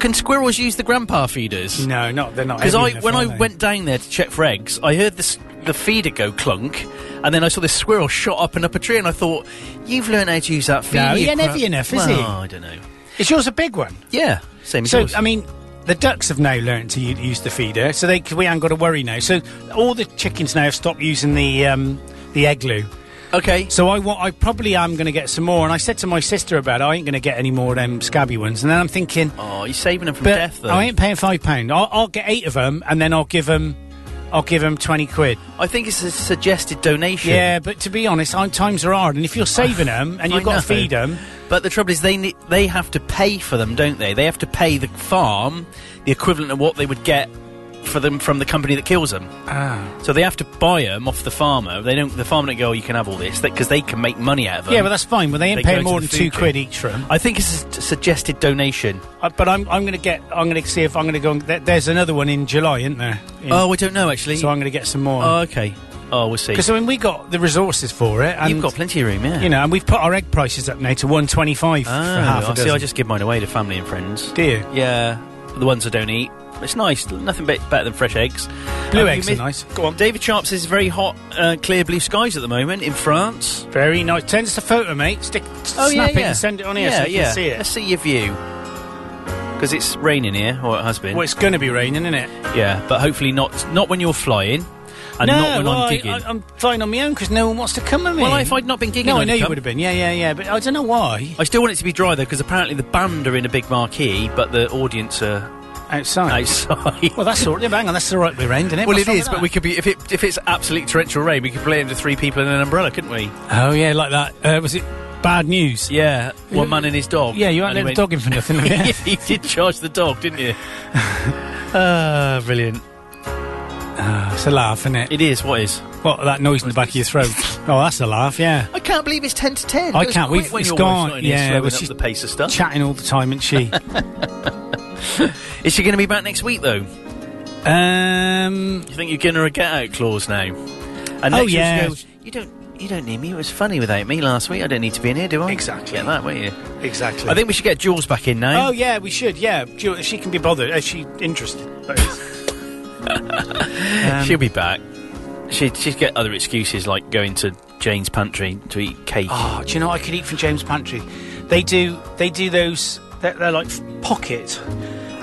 [SPEAKER 6] Can squirrels use the grandpa feeders?
[SPEAKER 5] no, not they're not.
[SPEAKER 6] Because
[SPEAKER 5] heavy
[SPEAKER 6] I,
[SPEAKER 5] enough,
[SPEAKER 6] when
[SPEAKER 5] are
[SPEAKER 6] I
[SPEAKER 5] they?
[SPEAKER 6] went down there to check for eggs, I heard this, the feeder go clunk, and then I saw this squirrel shot up and up a tree, and I thought, "You've learned how to use that feeder."
[SPEAKER 5] he
[SPEAKER 6] you
[SPEAKER 5] ain't
[SPEAKER 6] crap."
[SPEAKER 5] heavy enough, is
[SPEAKER 6] well,
[SPEAKER 5] he?
[SPEAKER 6] I don't know.
[SPEAKER 5] is yours a big one?
[SPEAKER 6] Yeah, same as
[SPEAKER 5] So
[SPEAKER 6] yours.
[SPEAKER 5] I mean, the ducks have now learned to u- use the feeder, so they c- we ain't got to worry now. So all the chickens now have stopped using the um, the egg loo.
[SPEAKER 6] Okay.
[SPEAKER 5] So I, wa- I probably am going to get some more. And I said to my sister about it, I ain't going to get any more of them scabby ones. And then I'm thinking,
[SPEAKER 6] Oh, you're saving them from
[SPEAKER 5] but
[SPEAKER 6] death, though.
[SPEAKER 5] I ain't paying five pound. I'll, I'll get eight of them, and then I'll give them, I'll give them twenty quid.
[SPEAKER 6] I think it's a suggested donation.
[SPEAKER 5] Yeah, but to be honest, i times are hard, and if you're saving them and
[SPEAKER 6] I
[SPEAKER 5] you've got
[SPEAKER 6] know.
[SPEAKER 5] to feed them,
[SPEAKER 6] But the trouble is, they ne- they have to pay for them, don't they? They have to pay the farm the equivalent of what they would get for them from the company that kills them.
[SPEAKER 5] Ah.
[SPEAKER 6] So they have to buy them off the farmer. They don't. The farmer don't go. Oh, you can have all this because they can make money out of them.
[SPEAKER 5] yeah, but that's fine. But they ain't
[SPEAKER 6] They go to
[SPEAKER 5] paying more
[SPEAKER 6] the
[SPEAKER 5] than two
[SPEAKER 6] food chain.
[SPEAKER 5] quid each for them.
[SPEAKER 6] I think it's a s- suggested donation.
[SPEAKER 5] Uh, but I'm, I'm going to get. I'm going to see if I'm going to go. And, there, there's another one in July, isn't there? In-
[SPEAKER 6] Oh, I don't know actually.
[SPEAKER 5] so I'm going to get some
[SPEAKER 6] oh,
[SPEAKER 5] more.
[SPEAKER 6] okay. Oh, we'll see.
[SPEAKER 5] Because I mean, we got the resources for it, and
[SPEAKER 6] You've got plenty of room, yeah.
[SPEAKER 5] you know, and we've put our egg prices up now to one twenty five
[SPEAKER 6] Oh,
[SPEAKER 5] for half a
[SPEAKER 6] I see.
[SPEAKER 5] dozen.
[SPEAKER 6] I just give mine away to family and friends.
[SPEAKER 5] Do you?
[SPEAKER 6] Yeah, the ones I don't eat. It's nice. Nothing bit better than fresh eggs. Um,
[SPEAKER 5] Blue
[SPEAKER 6] you
[SPEAKER 5] eggs are
[SPEAKER 6] miss-
[SPEAKER 5] nice.
[SPEAKER 6] Go on. David Sharp says very hot, uh, clear blue skies at the moment in France.
[SPEAKER 5] Very nice. Send us a photo, mate. Stick, snap it and send it on here
[SPEAKER 6] Oh, Yeah,
[SPEAKER 5] so you
[SPEAKER 6] yeah.
[SPEAKER 5] can see
[SPEAKER 6] Let's
[SPEAKER 5] it.
[SPEAKER 6] see your view. Because it's raining here, or it has been.
[SPEAKER 5] Well, it's going to be raining, isn't it?
[SPEAKER 6] yeah, but hopefully not not when you're flying, and not when
[SPEAKER 5] well,
[SPEAKER 6] I'm
[SPEAKER 5] I-
[SPEAKER 6] gigging.
[SPEAKER 5] I, am flying on my own because no one wants to come with me.
[SPEAKER 6] well, if I'd not been gigging,
[SPEAKER 5] no, I
[SPEAKER 6] I'd
[SPEAKER 5] know you
[SPEAKER 6] come.
[SPEAKER 5] would have been. Yeah, yeah, yeah. But I don't know why.
[SPEAKER 6] I still want it to be dry though, because apparently the band are in a big marquee, but the audience are
[SPEAKER 5] Outside.
[SPEAKER 6] outside.
[SPEAKER 5] Well, that's all. yeah, Hang on, that's all right. We're ending it.
[SPEAKER 6] Well,
[SPEAKER 5] What's
[SPEAKER 6] it
[SPEAKER 5] wrong
[SPEAKER 6] is,
[SPEAKER 5] with
[SPEAKER 6] but
[SPEAKER 5] that?
[SPEAKER 6] we could be if it if it's absolute torrential rain, we could play into three people in an umbrella, couldn't we?
[SPEAKER 5] Oh yeah, like that. Uh, was it bad news?
[SPEAKER 6] Yeah, one man and his dog.
[SPEAKER 5] Yeah, you aren't
[SPEAKER 6] And
[SPEAKER 5] let
[SPEAKER 6] he
[SPEAKER 5] the dog in for nothing. have you?
[SPEAKER 6] went- you did charge the dog, didn't you? Ah, brilliant!
[SPEAKER 5] Oh, Ah, It's a laugh, isn't it?
[SPEAKER 6] It is. What is?
[SPEAKER 5] What that noise in the back of your throat? oh, that's a laugh. Yeah,
[SPEAKER 6] I can't believe it's ten to ten.
[SPEAKER 5] I It was can't, quick we've- when it's your wife's gone, not in here, yeah, slowing well, up she's-
[SPEAKER 6] the
[SPEAKER 5] the
[SPEAKER 6] pace of stuff.
[SPEAKER 5] chatting all the time, isn't she?
[SPEAKER 6] Is she going to be back next week though? You
[SPEAKER 5] um,
[SPEAKER 6] think you're going to a get out clause now? And
[SPEAKER 5] Oh,
[SPEAKER 6] next year
[SPEAKER 5] yeah.
[SPEAKER 6] she goes, you don't you don't need me. It was funny without me last week. I don't need to be in here, do I?
[SPEAKER 5] Exactly.
[SPEAKER 6] Get that, won't you?
[SPEAKER 5] exactly.
[SPEAKER 6] I think we should get Jules back in now.
[SPEAKER 5] Oh yeah, we should. Yeah, Ju- she can be bothered. Is she interested? That is.
[SPEAKER 6] She'll be back. Um, She'd, she'd get other excuses like going to Jane's pantry to eat cake.
[SPEAKER 5] Oh, do you know what I could eat from James Pantry? They do. They do those. They're, they're like f- pocket,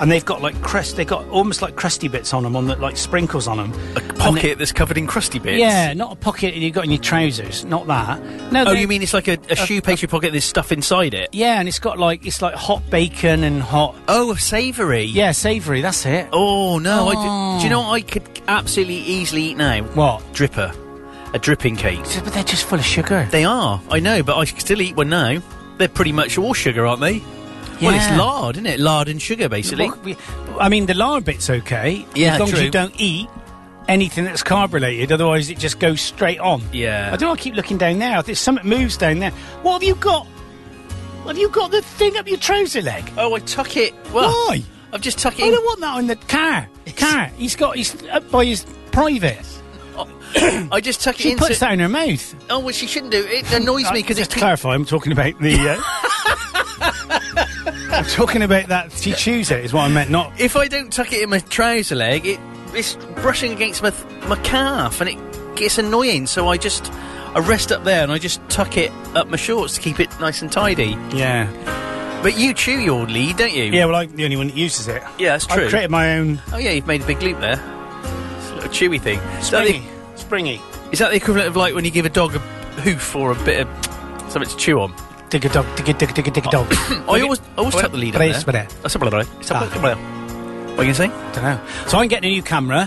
[SPEAKER 5] and they've got like crust. They've got almost like crusty bits on them, on the like sprinkles on them.
[SPEAKER 6] a pocket that's covered in crusty bits.
[SPEAKER 5] Yeah, not a pocket that you got in your trousers. Not that. No.
[SPEAKER 6] Oh,
[SPEAKER 5] they-
[SPEAKER 6] you mean it's like a, a shoe pastry pocket? There's stuff inside it.
[SPEAKER 5] Yeah, and it's got like it's like hot bacon and hot.
[SPEAKER 6] Oh, savoury.
[SPEAKER 5] Yeah, savoury. That's it.
[SPEAKER 6] Oh no. I d-
[SPEAKER 5] Oh.
[SPEAKER 6] do you know what I could absolutely easily eat now?
[SPEAKER 5] What?
[SPEAKER 6] Dripper, a dripping cake.
[SPEAKER 5] But they're just full of sugar.
[SPEAKER 6] They are. I know, but I can still eat one now. They're pretty much all sugar, aren't they? Well, it's
[SPEAKER 5] Yeah.
[SPEAKER 6] lard, isn't it? Lard and sugar, basically.
[SPEAKER 5] Well, we- I mean, the lard bit's okay.
[SPEAKER 6] Yeah,
[SPEAKER 5] as long as
[SPEAKER 6] true.
[SPEAKER 5] you don't eat anything that's carb related. Otherwise, it just goes straight on.
[SPEAKER 6] Yeah.
[SPEAKER 5] I do. I keep looking down there. I think something moves down there. What have you got? Have you got the thing up your trouser leg?
[SPEAKER 6] Oh, I tuck it. Well,
[SPEAKER 5] Why?
[SPEAKER 6] I've just tucked it.
[SPEAKER 5] I
[SPEAKER 6] in-
[SPEAKER 5] don't want that in the car. Car. He's got. He's up by his private.
[SPEAKER 6] I just tuck it
[SPEAKER 5] She
[SPEAKER 6] in.
[SPEAKER 5] puts that in her mouth.
[SPEAKER 6] Oh, well, she shouldn't do it. It annoys me because
[SPEAKER 5] just
[SPEAKER 6] it's
[SPEAKER 5] to clarify, I'm talking about the. Uh, I'm talking about that. She chews it is what I meant. Not
[SPEAKER 6] if I don't tuck it in my trouser leg, it it's brushing against my th- my calf, and it gets annoying. So I just I rest up there and I just tuck it up my shorts to keep it nice and tidy.
[SPEAKER 5] yeah.
[SPEAKER 6] But you chew your lead, don't you?
[SPEAKER 5] Yeah. Well, I'm the only one that uses it.
[SPEAKER 6] Yeah, that's true.
[SPEAKER 5] I created my own
[SPEAKER 6] Oh yeah, you've made a big loop there. It's a little chewy thing. Is that,
[SPEAKER 5] springy.
[SPEAKER 6] the,
[SPEAKER 5] Springy.
[SPEAKER 6] is that the equivalent of like when you give a dog a hoof or a bit of something to chew on?
[SPEAKER 5] Dig a dog. Dig a dig a dig a dig Mm, a dog.
[SPEAKER 6] I always I always tuck the lead up there.
[SPEAKER 5] Brace for that.
[SPEAKER 6] That's a blah, blah, blah. It's a blah,
[SPEAKER 5] Ah.
[SPEAKER 6] blah. What are you going to say?
[SPEAKER 5] don't know. So I'm getting a new camera.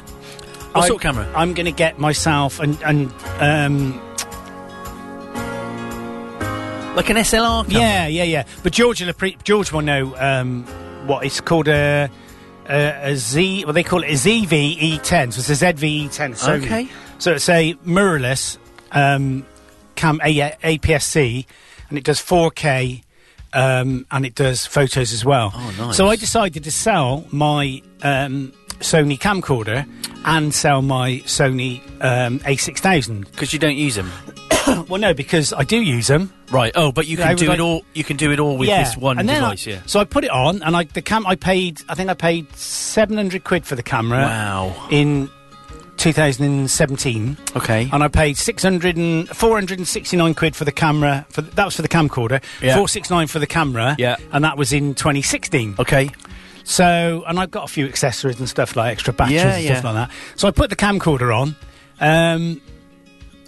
[SPEAKER 6] What
[SPEAKER 5] I-
[SPEAKER 6] sort of camera?
[SPEAKER 5] I'm going to get myself and and um,
[SPEAKER 6] Like an SLR camera?
[SPEAKER 5] yeah yeah yeah. But George will appre- George will know um, what it's called a. A, a Z, well, they call it a ZVE10, so it's a ZVE10. Sony.
[SPEAKER 6] Okay.
[SPEAKER 5] So it's a mirrorless um, cam a, a- APS-C, and it does 4K, um, and it does photos as well.
[SPEAKER 6] Oh, nice.
[SPEAKER 5] So I decided to sell my um, Sony camcorder and sell my Sony um, A6000.
[SPEAKER 6] Because you don't use them. Oh.
[SPEAKER 5] Well, no, because I do use them.
[SPEAKER 6] Right. Oh, but you
[SPEAKER 5] I
[SPEAKER 6] can
[SPEAKER 5] would
[SPEAKER 6] do it
[SPEAKER 5] like-
[SPEAKER 6] all. You can do it all with this one
[SPEAKER 5] and then
[SPEAKER 6] device.
[SPEAKER 5] I,
[SPEAKER 6] yeah.
[SPEAKER 5] So I put it on, and I the cam. I paid. I think I paid seven hundred quid for the camera.
[SPEAKER 6] Wow.
[SPEAKER 5] In 2017.
[SPEAKER 6] Okay.
[SPEAKER 5] And I paid 600 and, 469 quid for the camera. For that was for the camcorder.
[SPEAKER 6] Yeah.
[SPEAKER 5] 469 for the camera.
[SPEAKER 6] Yeah.
[SPEAKER 5] And that was in 2016.
[SPEAKER 6] okay.
[SPEAKER 5] So, and I've got a few accessories and stuff like extra batteries
[SPEAKER 6] Yeah,
[SPEAKER 5] and
[SPEAKER 6] yeah.
[SPEAKER 5] stuff like that. So I put the camcorder on. Um,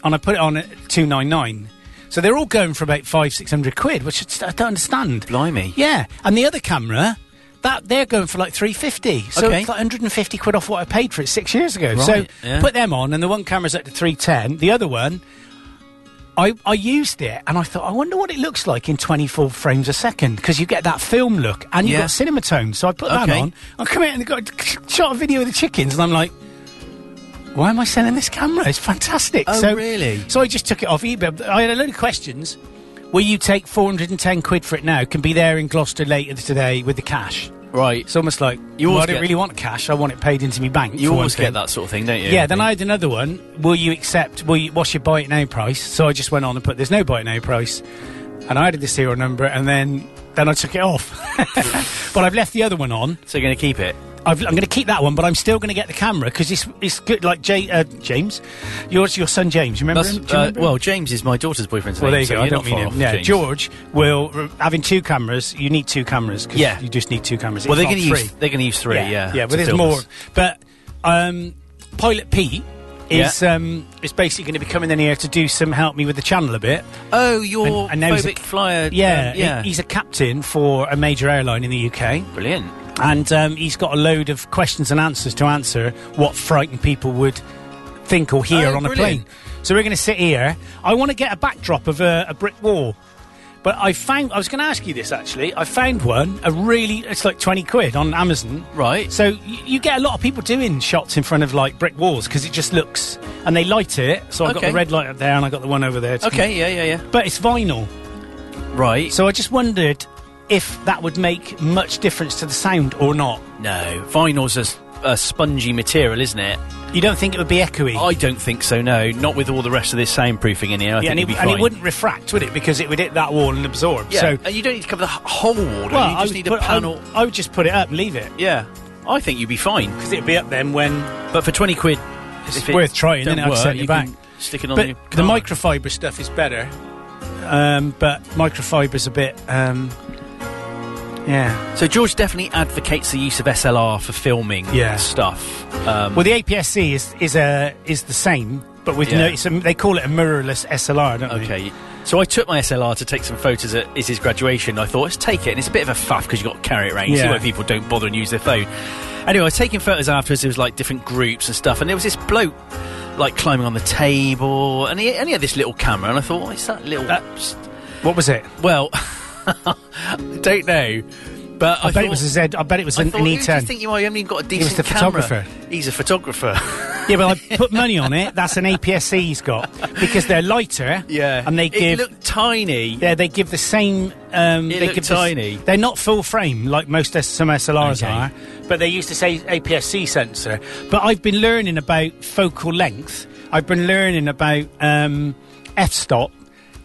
[SPEAKER 5] and I put it on at two nine nine. So they're all going for about five six hundred quid, which I just- I don't understand.
[SPEAKER 6] Blimey.
[SPEAKER 5] Yeah, and the other camera. That they're going for like three fifty, so
[SPEAKER 6] Okay.
[SPEAKER 5] it's like hundred and fifty quid off what I paid for it six years ago. So
[SPEAKER 6] Right, yeah.
[SPEAKER 5] put them on, and the one camera's up to three ten. The other one, I, I used it and I thought, I wonder what it looks like in 24 frames a second because you get that film look and you've
[SPEAKER 6] Yeah.
[SPEAKER 5] got cinematone. So I put that
[SPEAKER 6] Okay.
[SPEAKER 5] on. I come out and got shot a video of the chickens and I'm like, why am I selling this camera? It's fantastic.
[SPEAKER 6] Oh,
[SPEAKER 5] so,
[SPEAKER 6] really?
[SPEAKER 5] So I just took it off eBay. I had a load of questions. Will you take 410 quid for it now? Can be there in Gloucester later today with the cash.
[SPEAKER 6] Right.
[SPEAKER 5] It's almost like,
[SPEAKER 6] You
[SPEAKER 5] well,
[SPEAKER 6] always
[SPEAKER 5] I don't
[SPEAKER 6] get-
[SPEAKER 5] really want cash. I want it paid into my bank.
[SPEAKER 6] You
[SPEAKER 5] for one
[SPEAKER 6] always
[SPEAKER 5] thing.
[SPEAKER 6] get that sort of thing, don't you?
[SPEAKER 5] Yeah, then I had another one. Will you accept? Will you, what's your buy it now price? So I just went on and put there's no buy it now price, and I added the serial number, and then then I took it off. but I've left the other one on.
[SPEAKER 6] So you're going to keep it?
[SPEAKER 5] I've, I'm going to keep that one, but I'm still going to get the camera because it's it's good. Like Jay, uh, James, yours your son James. Remember
[SPEAKER 6] That's,
[SPEAKER 5] him? Do you
[SPEAKER 6] uh,
[SPEAKER 5] remember him?
[SPEAKER 6] well, James is my daughter's boyfriend's
[SPEAKER 5] Well, there
[SPEAKER 6] name,
[SPEAKER 5] you
[SPEAKER 6] so
[SPEAKER 5] go.
[SPEAKER 6] you're
[SPEAKER 5] I don't
[SPEAKER 6] not
[SPEAKER 5] mean
[SPEAKER 6] far
[SPEAKER 5] him.
[SPEAKER 6] off,
[SPEAKER 5] Yeah,
[SPEAKER 6] James.
[SPEAKER 5] George will r- having two cameras. You need two cameras. 'cause
[SPEAKER 6] Yeah.
[SPEAKER 5] you just need two cameras.
[SPEAKER 6] Well,
[SPEAKER 5] It's
[SPEAKER 6] they're going to
[SPEAKER 5] not
[SPEAKER 6] use
[SPEAKER 5] three.
[SPEAKER 6] they're going to use three. Yeah,
[SPEAKER 5] yeah.
[SPEAKER 6] to
[SPEAKER 5] But there's
[SPEAKER 6] film
[SPEAKER 5] more.
[SPEAKER 6] this.
[SPEAKER 5] But um, Pilot Pete is um, is basically going to be coming in here to do some help me with the channel a bit.
[SPEAKER 6] Oh, your
[SPEAKER 5] and now he's a-
[SPEAKER 6] phobic flyer.
[SPEAKER 5] Yeah,
[SPEAKER 6] um,
[SPEAKER 5] he-
[SPEAKER 6] yeah.
[SPEAKER 5] he's a captain for a major airline in the UK,
[SPEAKER 6] brilliant.
[SPEAKER 5] and um, he's got a load of questions and answers to answer what frightened people would think or hear
[SPEAKER 6] Oh,
[SPEAKER 5] on a
[SPEAKER 6] brilliant.
[SPEAKER 5] plane. So we're going to sit here. I want to get a backdrop of a, a brick wall. But I found, I was going to ask you this actually. I found one, a really, it's like 20 quid on Amazon.
[SPEAKER 6] Right.
[SPEAKER 5] So y- you get a lot of people doing shots in front of like brick walls because it just looks, and they light it. So I've got
[SPEAKER 6] Okay.
[SPEAKER 5] the red light up there and I've got the one over there. too.
[SPEAKER 6] Okay, yeah, yeah, yeah.
[SPEAKER 5] But it's vinyl.
[SPEAKER 6] Right.
[SPEAKER 5] So I just wondered if that would make much difference to the sound or not.
[SPEAKER 6] no, vinyl's a, s- a spongy material, isn't it?
[SPEAKER 5] You don't think it would be echoey?
[SPEAKER 6] I don't think so. No, not with all the rest of this soundproofing in here. I
[SPEAKER 5] yeah,
[SPEAKER 6] think
[SPEAKER 5] and
[SPEAKER 6] it'd
[SPEAKER 5] it,
[SPEAKER 6] be
[SPEAKER 5] and
[SPEAKER 6] fine.
[SPEAKER 5] it wouldn't refract, would it? Because it would hit that wall and absorb.
[SPEAKER 6] Yeah,
[SPEAKER 5] So,
[SPEAKER 6] and you don't need to cover the h- whole wall. do
[SPEAKER 5] well,
[SPEAKER 6] you? you
[SPEAKER 5] I
[SPEAKER 6] just
[SPEAKER 5] would
[SPEAKER 6] need
[SPEAKER 5] put-
[SPEAKER 6] a
[SPEAKER 5] I would-
[SPEAKER 6] panel.
[SPEAKER 5] I would just put it up and leave it
[SPEAKER 6] yeah, I think you'd be fine.
[SPEAKER 5] because it'd be up then when
[SPEAKER 6] But for twenty quid,
[SPEAKER 5] It's
[SPEAKER 6] if it
[SPEAKER 5] worth trying,
[SPEAKER 6] don't
[SPEAKER 5] innit? I've
[SPEAKER 6] work,
[SPEAKER 5] sent you
[SPEAKER 6] can
[SPEAKER 5] back.
[SPEAKER 6] Stick it on
[SPEAKER 5] but
[SPEAKER 6] your
[SPEAKER 5] the
[SPEAKER 6] car.
[SPEAKER 5] microfiber stuff is better. Um, but microfiber's a bit. Um, yeah.
[SPEAKER 6] So George definitely advocates the use of SLR for filming
[SPEAKER 5] Yeah.
[SPEAKER 6] stuff. Um,
[SPEAKER 5] Well, the APS-C is is a is the same, but with
[SPEAKER 6] Yeah.
[SPEAKER 5] no. It's a, they call it a mirrorless SLR, don't they?
[SPEAKER 6] okay. So I took my SLR to take some photos at Izzy's graduation. I thought, let's take it. And it's a bit of a faff because you've got to carry it around. You see
[SPEAKER 5] Yeah.
[SPEAKER 6] why people don't bother and use their phone. Anyway, I was taking photos afterwards. It was like different groups and stuff. And there was this bloke like climbing on the table. And he, and he had this little camera. And I thought, what's that little...
[SPEAKER 5] What was it?
[SPEAKER 6] well, I don't know. But I,
[SPEAKER 5] I, bet it
[SPEAKER 6] thought-
[SPEAKER 5] was a Z. I bet it was
[SPEAKER 6] I
[SPEAKER 5] an,
[SPEAKER 6] thought,
[SPEAKER 5] an E
[SPEAKER 6] who do you
[SPEAKER 5] E10.
[SPEAKER 6] think you are? You haven't even got a decent
[SPEAKER 5] was the
[SPEAKER 6] camera."
[SPEAKER 5] photographer.
[SPEAKER 6] He's a photographer.
[SPEAKER 5] Yeah, well, I put money on it. That's an APS-C he's got because they're lighter. and they
[SPEAKER 6] it
[SPEAKER 5] give
[SPEAKER 6] looked tiny.
[SPEAKER 5] yeah they give the same. Um,
[SPEAKER 6] It
[SPEAKER 5] they
[SPEAKER 6] looked
[SPEAKER 5] give the s-
[SPEAKER 6] tiny.
[SPEAKER 5] they're not full frame like most S- some SLRs
[SPEAKER 6] Okay.
[SPEAKER 5] are, but they used to say APS-C sensor. But I've been learning about focal length. I've been learning about um, f-stop,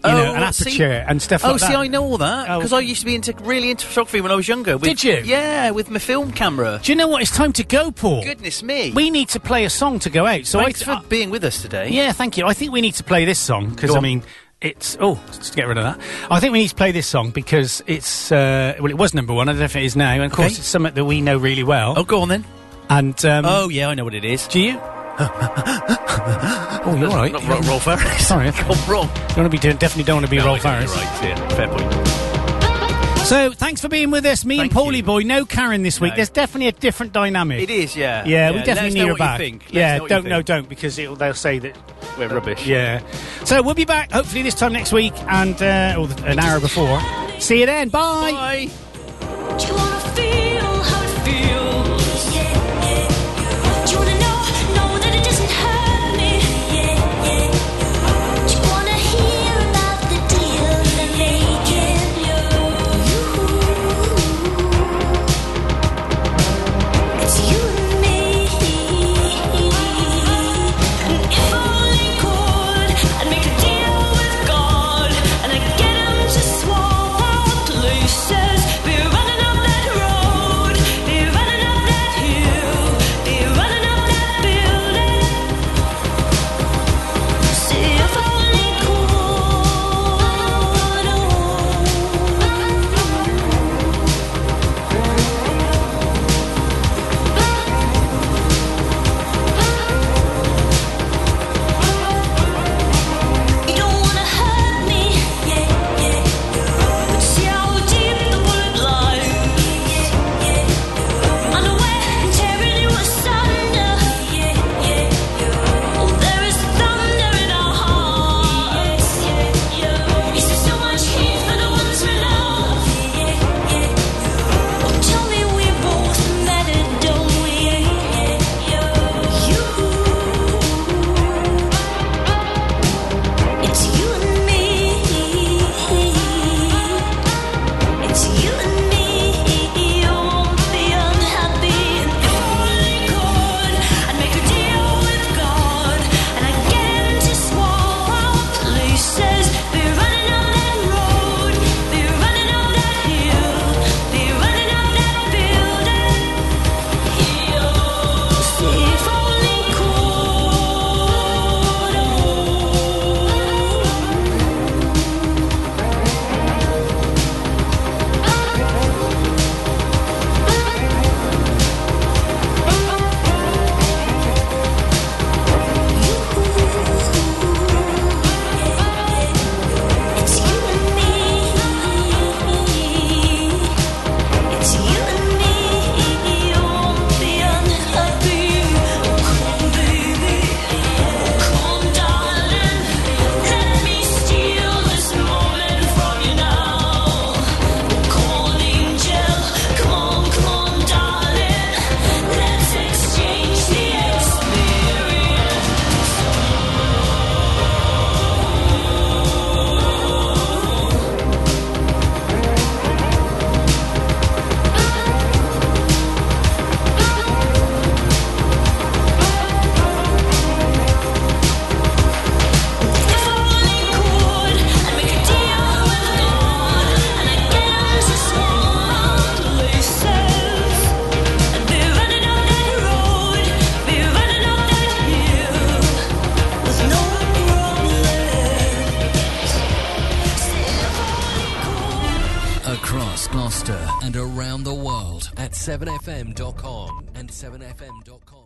[SPEAKER 5] you know, and
[SPEAKER 6] well, Oh, see-
[SPEAKER 5] aperture and stuff
[SPEAKER 6] Oh,
[SPEAKER 5] like that.
[SPEAKER 6] see, I know all that
[SPEAKER 5] Oh.
[SPEAKER 6] because I used to be into really into photography when I was younger. With,
[SPEAKER 5] Did you?
[SPEAKER 6] Yeah, with my film camera.
[SPEAKER 5] Do you know what? It's time to go, Paul.
[SPEAKER 6] Goodness me!
[SPEAKER 5] We need to play a song to go out. So
[SPEAKER 6] Thanks
[SPEAKER 5] I,
[SPEAKER 6] for being with us today.
[SPEAKER 5] Yeah, thank you. I think we need to play this song because
[SPEAKER 6] Go
[SPEAKER 5] I
[SPEAKER 6] on.
[SPEAKER 5] mean it's oh let's get rid of that. I think we need to play this song because it's uh, well it was number one. I don't know if it is now. And of course
[SPEAKER 6] Okay.
[SPEAKER 5] it's something that we know really well.
[SPEAKER 6] Oh, go on then.
[SPEAKER 5] And um,
[SPEAKER 6] Oh, yeah, I know what it is.
[SPEAKER 5] do you? oh, you're all right.
[SPEAKER 6] Not Ro- Rolf Harris.
[SPEAKER 5] Sorry.
[SPEAKER 6] Gone wrong.
[SPEAKER 5] You want to be doing, definitely don't want to be Rolf
[SPEAKER 6] No, I
[SPEAKER 5] Harris.
[SPEAKER 6] think you're Right. Yeah. Fair point.
[SPEAKER 5] So thanks for being with us, me
[SPEAKER 6] Thank
[SPEAKER 5] and Paulie
[SPEAKER 6] you.
[SPEAKER 5] boy. No Karen this week.
[SPEAKER 6] No.
[SPEAKER 5] There's definitely a different dynamic.
[SPEAKER 6] It is. Yeah.
[SPEAKER 5] Yeah, we
[SPEAKER 6] let us
[SPEAKER 5] definitely
[SPEAKER 6] know
[SPEAKER 5] need
[SPEAKER 6] what
[SPEAKER 5] her
[SPEAKER 6] you
[SPEAKER 5] back.
[SPEAKER 6] think. Let us
[SPEAKER 5] Yeah,
[SPEAKER 6] know what you
[SPEAKER 5] don't no,
[SPEAKER 6] think.
[SPEAKER 5] don't because it'll, they'll say that
[SPEAKER 6] We're rubbish.
[SPEAKER 5] Yeah. So we'll be back hopefully this time next week and uh, or an hour before. See you then. Bye.
[SPEAKER 6] Bye.
[SPEAKER 7] Do you wanna feel how it feels? Do you wanna know, know that it doesn't hurt me? Do you wanna hear about the deal they're making you? It's you and me. And if only could, I'd make a deal with God, and I'd get 'em to swallow places. Be running up that
[SPEAKER 1] at 7fm.com and 7fm.com.